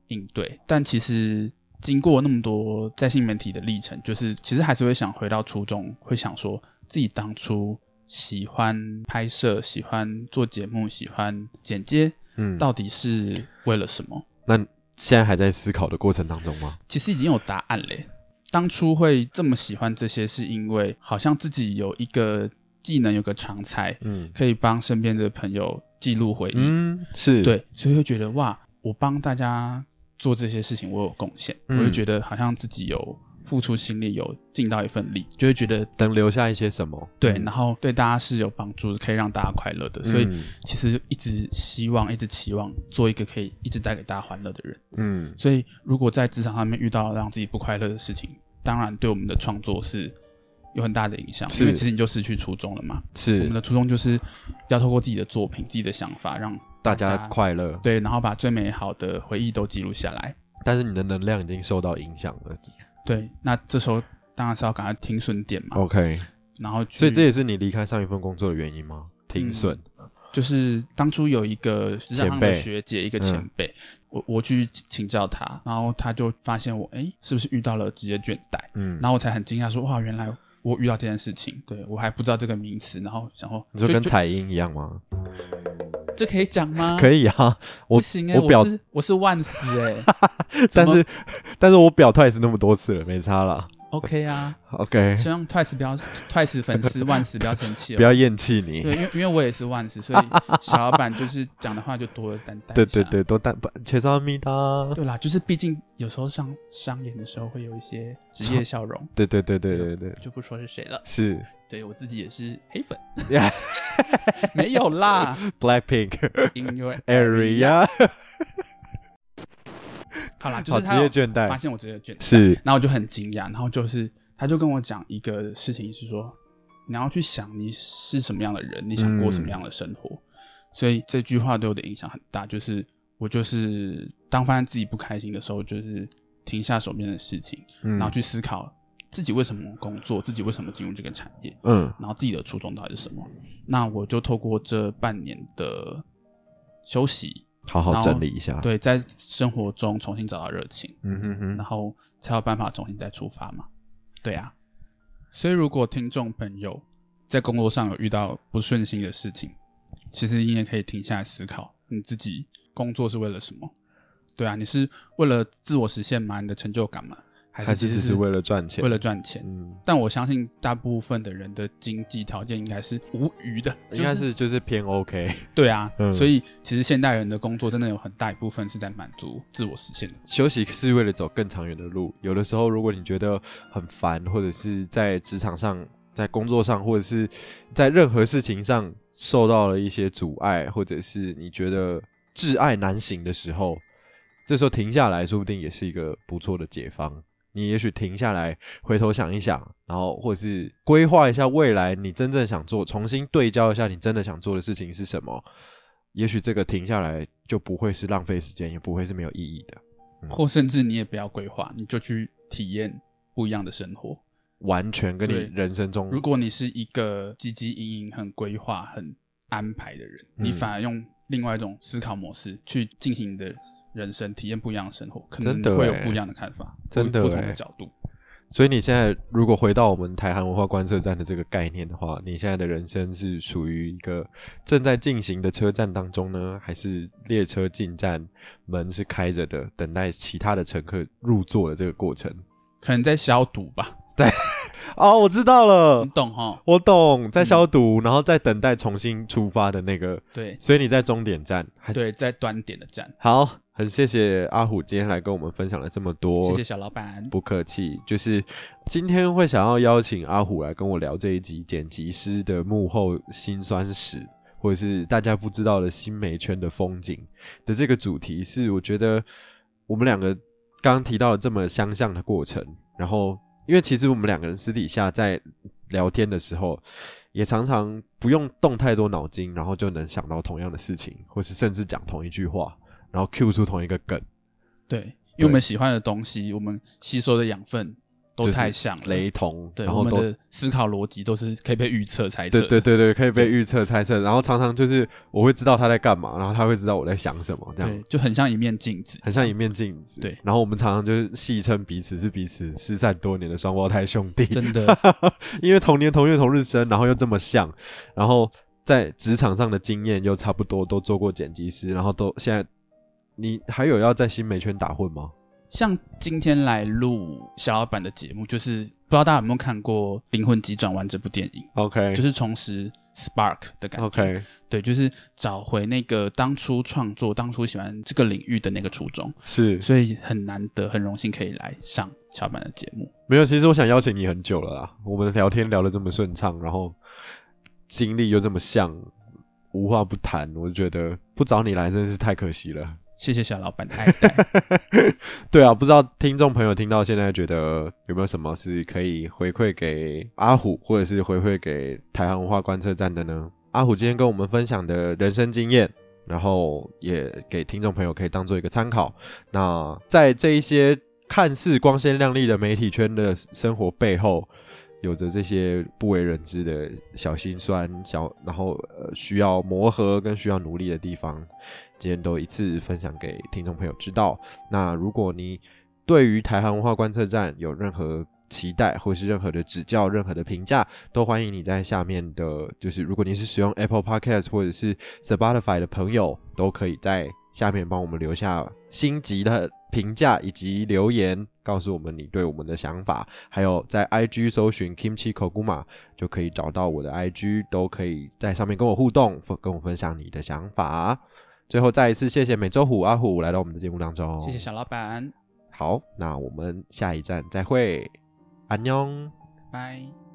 Speaker 4: 应对。但其实经过那么多在新媒体的历程，就是其实还是会想回到初衷，会想说自己当初喜欢拍摄、喜欢做节目、喜欢剪接，
Speaker 3: 嗯
Speaker 4: 到底是为了什么？
Speaker 3: 那现在还在思考的过程当中吗？
Speaker 4: 其实已经有答案嘞。当初会这么喜欢这些，是因为好像自己有一个技能，有个长才，
Speaker 3: 嗯
Speaker 4: 可以帮身边的朋友记录回忆。
Speaker 3: 嗯，是，，
Speaker 4: 对，所以会觉得哇，我帮大家做这些事情，我有贡献，
Speaker 3: 嗯
Speaker 4: 我会觉得好像自己有付出心力，有尽到一份力，就会觉得
Speaker 3: 能留下一些什么？
Speaker 4: 对，
Speaker 3: 嗯
Speaker 4: 然后对大家是有帮助，可以让大家快乐的。所以
Speaker 3: 嗯
Speaker 4: 其实一直希望，一直期望做一个可以一直带给大家欢乐的人。
Speaker 3: 嗯，
Speaker 4: 所以如果在职场上面遇到让自己不快乐的事情，当然对我们的创作是。有很大的影响，
Speaker 3: 是
Speaker 4: 因为其实你就失去初衷了嘛。我
Speaker 3: 是
Speaker 4: 们的初衷就是要透过自己的作品、自己的想法，让
Speaker 3: 大家快乐，
Speaker 4: 对，然后把最美好的回忆都记录下来。
Speaker 3: 但是你的能量已经受到影响了。
Speaker 4: 对，那这时候当然是要赶快停损点嘛，
Speaker 3: OK，
Speaker 4: 然后去
Speaker 3: 哦所以这也是你离开上一份工作的原因吗？停损，
Speaker 4: 就是当初有一个职场上
Speaker 3: 前辈嗯
Speaker 4: 的学姐，一个前辈，我我去请教她，然后她就发现我，哎，是不是遇到了职业倦怠？
Speaker 3: 嗯，
Speaker 4: 然后我才很惊讶说，哇，原来我遇到这件事情，对我还不知道这个名词，然后想说，
Speaker 3: 你说跟
Speaker 4: 就
Speaker 3: 彩英一样吗？
Speaker 4: 这可以讲吗？
Speaker 3: 可以啊，我
Speaker 4: 不行哎、
Speaker 3: 我表
Speaker 4: 我是我是万死哎、
Speaker 3: 但
Speaker 4: 怎么
Speaker 3: 是 但是我表态是那么多次了，没差啦。
Speaker 4: OK 啊，
Speaker 3: OK，
Speaker 4: 希望 Twice 不要 Twice 粉丝万死不要生气哦，
Speaker 3: 不要厌弃你。
Speaker 4: 对，因为因为我也是万斯，所以小老板就是讲的话就多了担待。
Speaker 3: 对对，对，都但不，切萨米达。
Speaker 4: 对啦，就是毕竟有时候上商演的时候会有一些职业笑容，
Speaker 3: 对对对对对对，
Speaker 4: 就不说是谁了。
Speaker 3: 是
Speaker 4: 对我自己也是黑粉，没有啦
Speaker 3: Blackpink
Speaker 4: ，In your
Speaker 3: 哎
Speaker 4: area。
Speaker 3: area
Speaker 4: 好啦，就
Speaker 3: 好
Speaker 4: 是
Speaker 3: 职
Speaker 4: 他
Speaker 3: 业
Speaker 4: 有
Speaker 3: 倦怠
Speaker 4: 发现我职业倦 怠，
Speaker 3: 是
Speaker 4: 然后我就很惊讶，然后就是他就跟我讲一个事情，是说你要去想你是什么样的人，你想过什么样的生活。所以这句话对我的影响很大，就是我就是当发现自己不开心的时候，就是停下手边的事情，
Speaker 3: 嗯
Speaker 4: 然后去思考自己为什么工作，自己为什么进入这个产业，
Speaker 3: 嗯
Speaker 4: 然后自己的初衷到底是什么。那我就透过这半年的休息，
Speaker 3: 好好
Speaker 4: 然后
Speaker 3: 整理一下。，
Speaker 4: 对，在生活中重新找到热情。
Speaker 3: 嗯哼哼
Speaker 4: 然，后才有办法重新再出发嘛。对啊，所以如果听众朋友在工作上有遇到不顺心的事情，其实你也可以停下来思考，你自己工作是为了什么？对啊，你是为了自我实现吗？你的成就感吗？还
Speaker 3: 还是
Speaker 4: 是其
Speaker 3: 只
Speaker 4: 实
Speaker 3: 是为了赚钱
Speaker 4: 为了赚钱？
Speaker 3: 嗯，
Speaker 4: 但我相信大部分的人的经济条件应该是无余的，
Speaker 3: 应该
Speaker 4: 就是
Speaker 3: 就是偏 OK，
Speaker 4: 对啊。
Speaker 3: 嗯
Speaker 4: 所以其实现代人的工作真的有很大一部分是在满足自我实现的。
Speaker 3: 休息是为了走更长远的路。有的时候，如果你觉得很烦，或者是在职场上、在工作上，或者是在任何事情上受到了一些阻碍，或者是你觉得挚爱难行的时候，这时候停下来，说不定也是一个不错的解方。你也许停下来，回头想一想，然后或者是规划一下未来你真正想做，重新对焦一下你真的想做的事情是什么。也许这个停下来就不会是浪费时间，也不会是没有意义的。
Speaker 4: 或甚至你也不要规划，你就去体验不一样的生活。
Speaker 3: 完全跟你
Speaker 4: 对
Speaker 3: 人生中
Speaker 4: 如果你是一个汲汲营营、很规划、很安排的人，
Speaker 3: 嗯
Speaker 4: 你反而用另外一种思考模式去进行你的人生，体验不一样的生活，可能
Speaker 3: 真
Speaker 4: 你
Speaker 3: 的
Speaker 4: 会有
Speaker 3: 欸
Speaker 4: 不一样的看法，
Speaker 3: 真的
Speaker 4: 不不同
Speaker 3: 欸
Speaker 4: 的角度。
Speaker 3: 所以你现在如果回到我们台韩文化观测站的这个概念的话，你现在的人生是属于一个正在进行的车站当中呢，还是列车进站门是开着的，等待其他的乘客入座的这个过程？
Speaker 4: 可能在消毒吧，
Speaker 3: 哦，我知道了
Speaker 4: 你，懂哈？
Speaker 3: 我懂，在消
Speaker 4: 嗯
Speaker 3: 毒，然后在等待重新出发的那个。
Speaker 4: 对
Speaker 3: 所以你在终点站，还
Speaker 4: 对，在端点的站，
Speaker 3: 好，很谢谢阿虎今天来跟我们分享了这么多，
Speaker 4: 谢谢小老板。
Speaker 3: 不客气，就是今天会想要邀请阿虎来跟我聊这一集剪辑师的幕后辛酸史，或者是大家不知道的新媒圈的风景的这个主题，是我觉得我们两个刚刚提到了这么相像的过程，然后因为其实我们两个人私底下在聊天的时候，也常常不用动太多脑筋，然后就能想到同样的事情，或是甚至讲同一句话，然后 Q 出同一个梗。
Speaker 4: 对，因为我们喜欢的东西，我们吸收的养分都太像了，
Speaker 3: 雷同，
Speaker 4: 对，
Speaker 3: 然
Speaker 4: 我
Speaker 3: 后
Speaker 4: 们
Speaker 3: 都
Speaker 4: 的思考逻辑都是可以被预测猜测
Speaker 3: 对
Speaker 4: 的。
Speaker 3: 对对对，可以被
Speaker 4: 对
Speaker 3: 预测猜测，然后常常就是我会知道他在干嘛，然后他会知道我在想什么，这
Speaker 4: 对
Speaker 3: 样，
Speaker 4: 就很像一面镜子。
Speaker 3: 很像一面镜子。
Speaker 4: 对
Speaker 3: 然后我们常常就是戏称彼此是彼此失散多年的双胞胎兄弟，
Speaker 4: 真的
Speaker 3: 因为同年同月同日生，然后又这么像，然后在职场上的经验又差不多，都做过剪辑师，然后都现在你还有要在新媒圈打混吗？
Speaker 4: 像今天来录小老板的节目，就是不知道大家有没有看过《灵魂急转弯》这部电影，
Speaker 3: OK，
Speaker 4: 就是重拾 Spark 的感觉。
Speaker 3: OK，
Speaker 4: 对，就是找回那个当初创作、当初喜欢这个领域的那个初衷，
Speaker 3: 是
Speaker 4: 所以很难得，很荣幸可以来上小老板的节目。
Speaker 3: 没有，其实我想邀请你很久了啦。我们聊天聊得这么顺畅，然后经历又这么像，无话不谈，我就觉得不找你来真是太可惜了。
Speaker 4: 谢谢小老板的爱 戴。
Speaker 3: 对啊，不知道听众朋友听到现在觉得有没有什么是可以回馈给阿虎，或者是回馈给台湾文化观测站的呢？阿虎今天跟我们分享的人生经验，然后也给听众朋友可以当做一个参考。那在这一些看似光鲜亮丽的媒体圈的生活背后，有着这些不为人知的小心酸，小然后呃需要磨合跟需要努力的地方，今天都一次分享给听众朋友知道。那如果你对于台韩文化观测站有任何期待或是任何的指教、任何的评价，都欢迎你在下面的，就是如果你是使用 Apple Podcast 或者是 Spotify 的朋友，都可以在下面帮我们留下星级的评价以及留言，告诉我们你对我们的想法。还有在 IG 搜寻 Kimchi Koguma 就可以找到我的 IG，都可以在上面跟我互动，分跟我分享你的想法。最后再一次谢谢每周虎阿虎来到我们的节目当中，
Speaker 4: 谢谢小老板，
Speaker 3: 好，那我们下一站再会，安妞。
Speaker 4: 拜。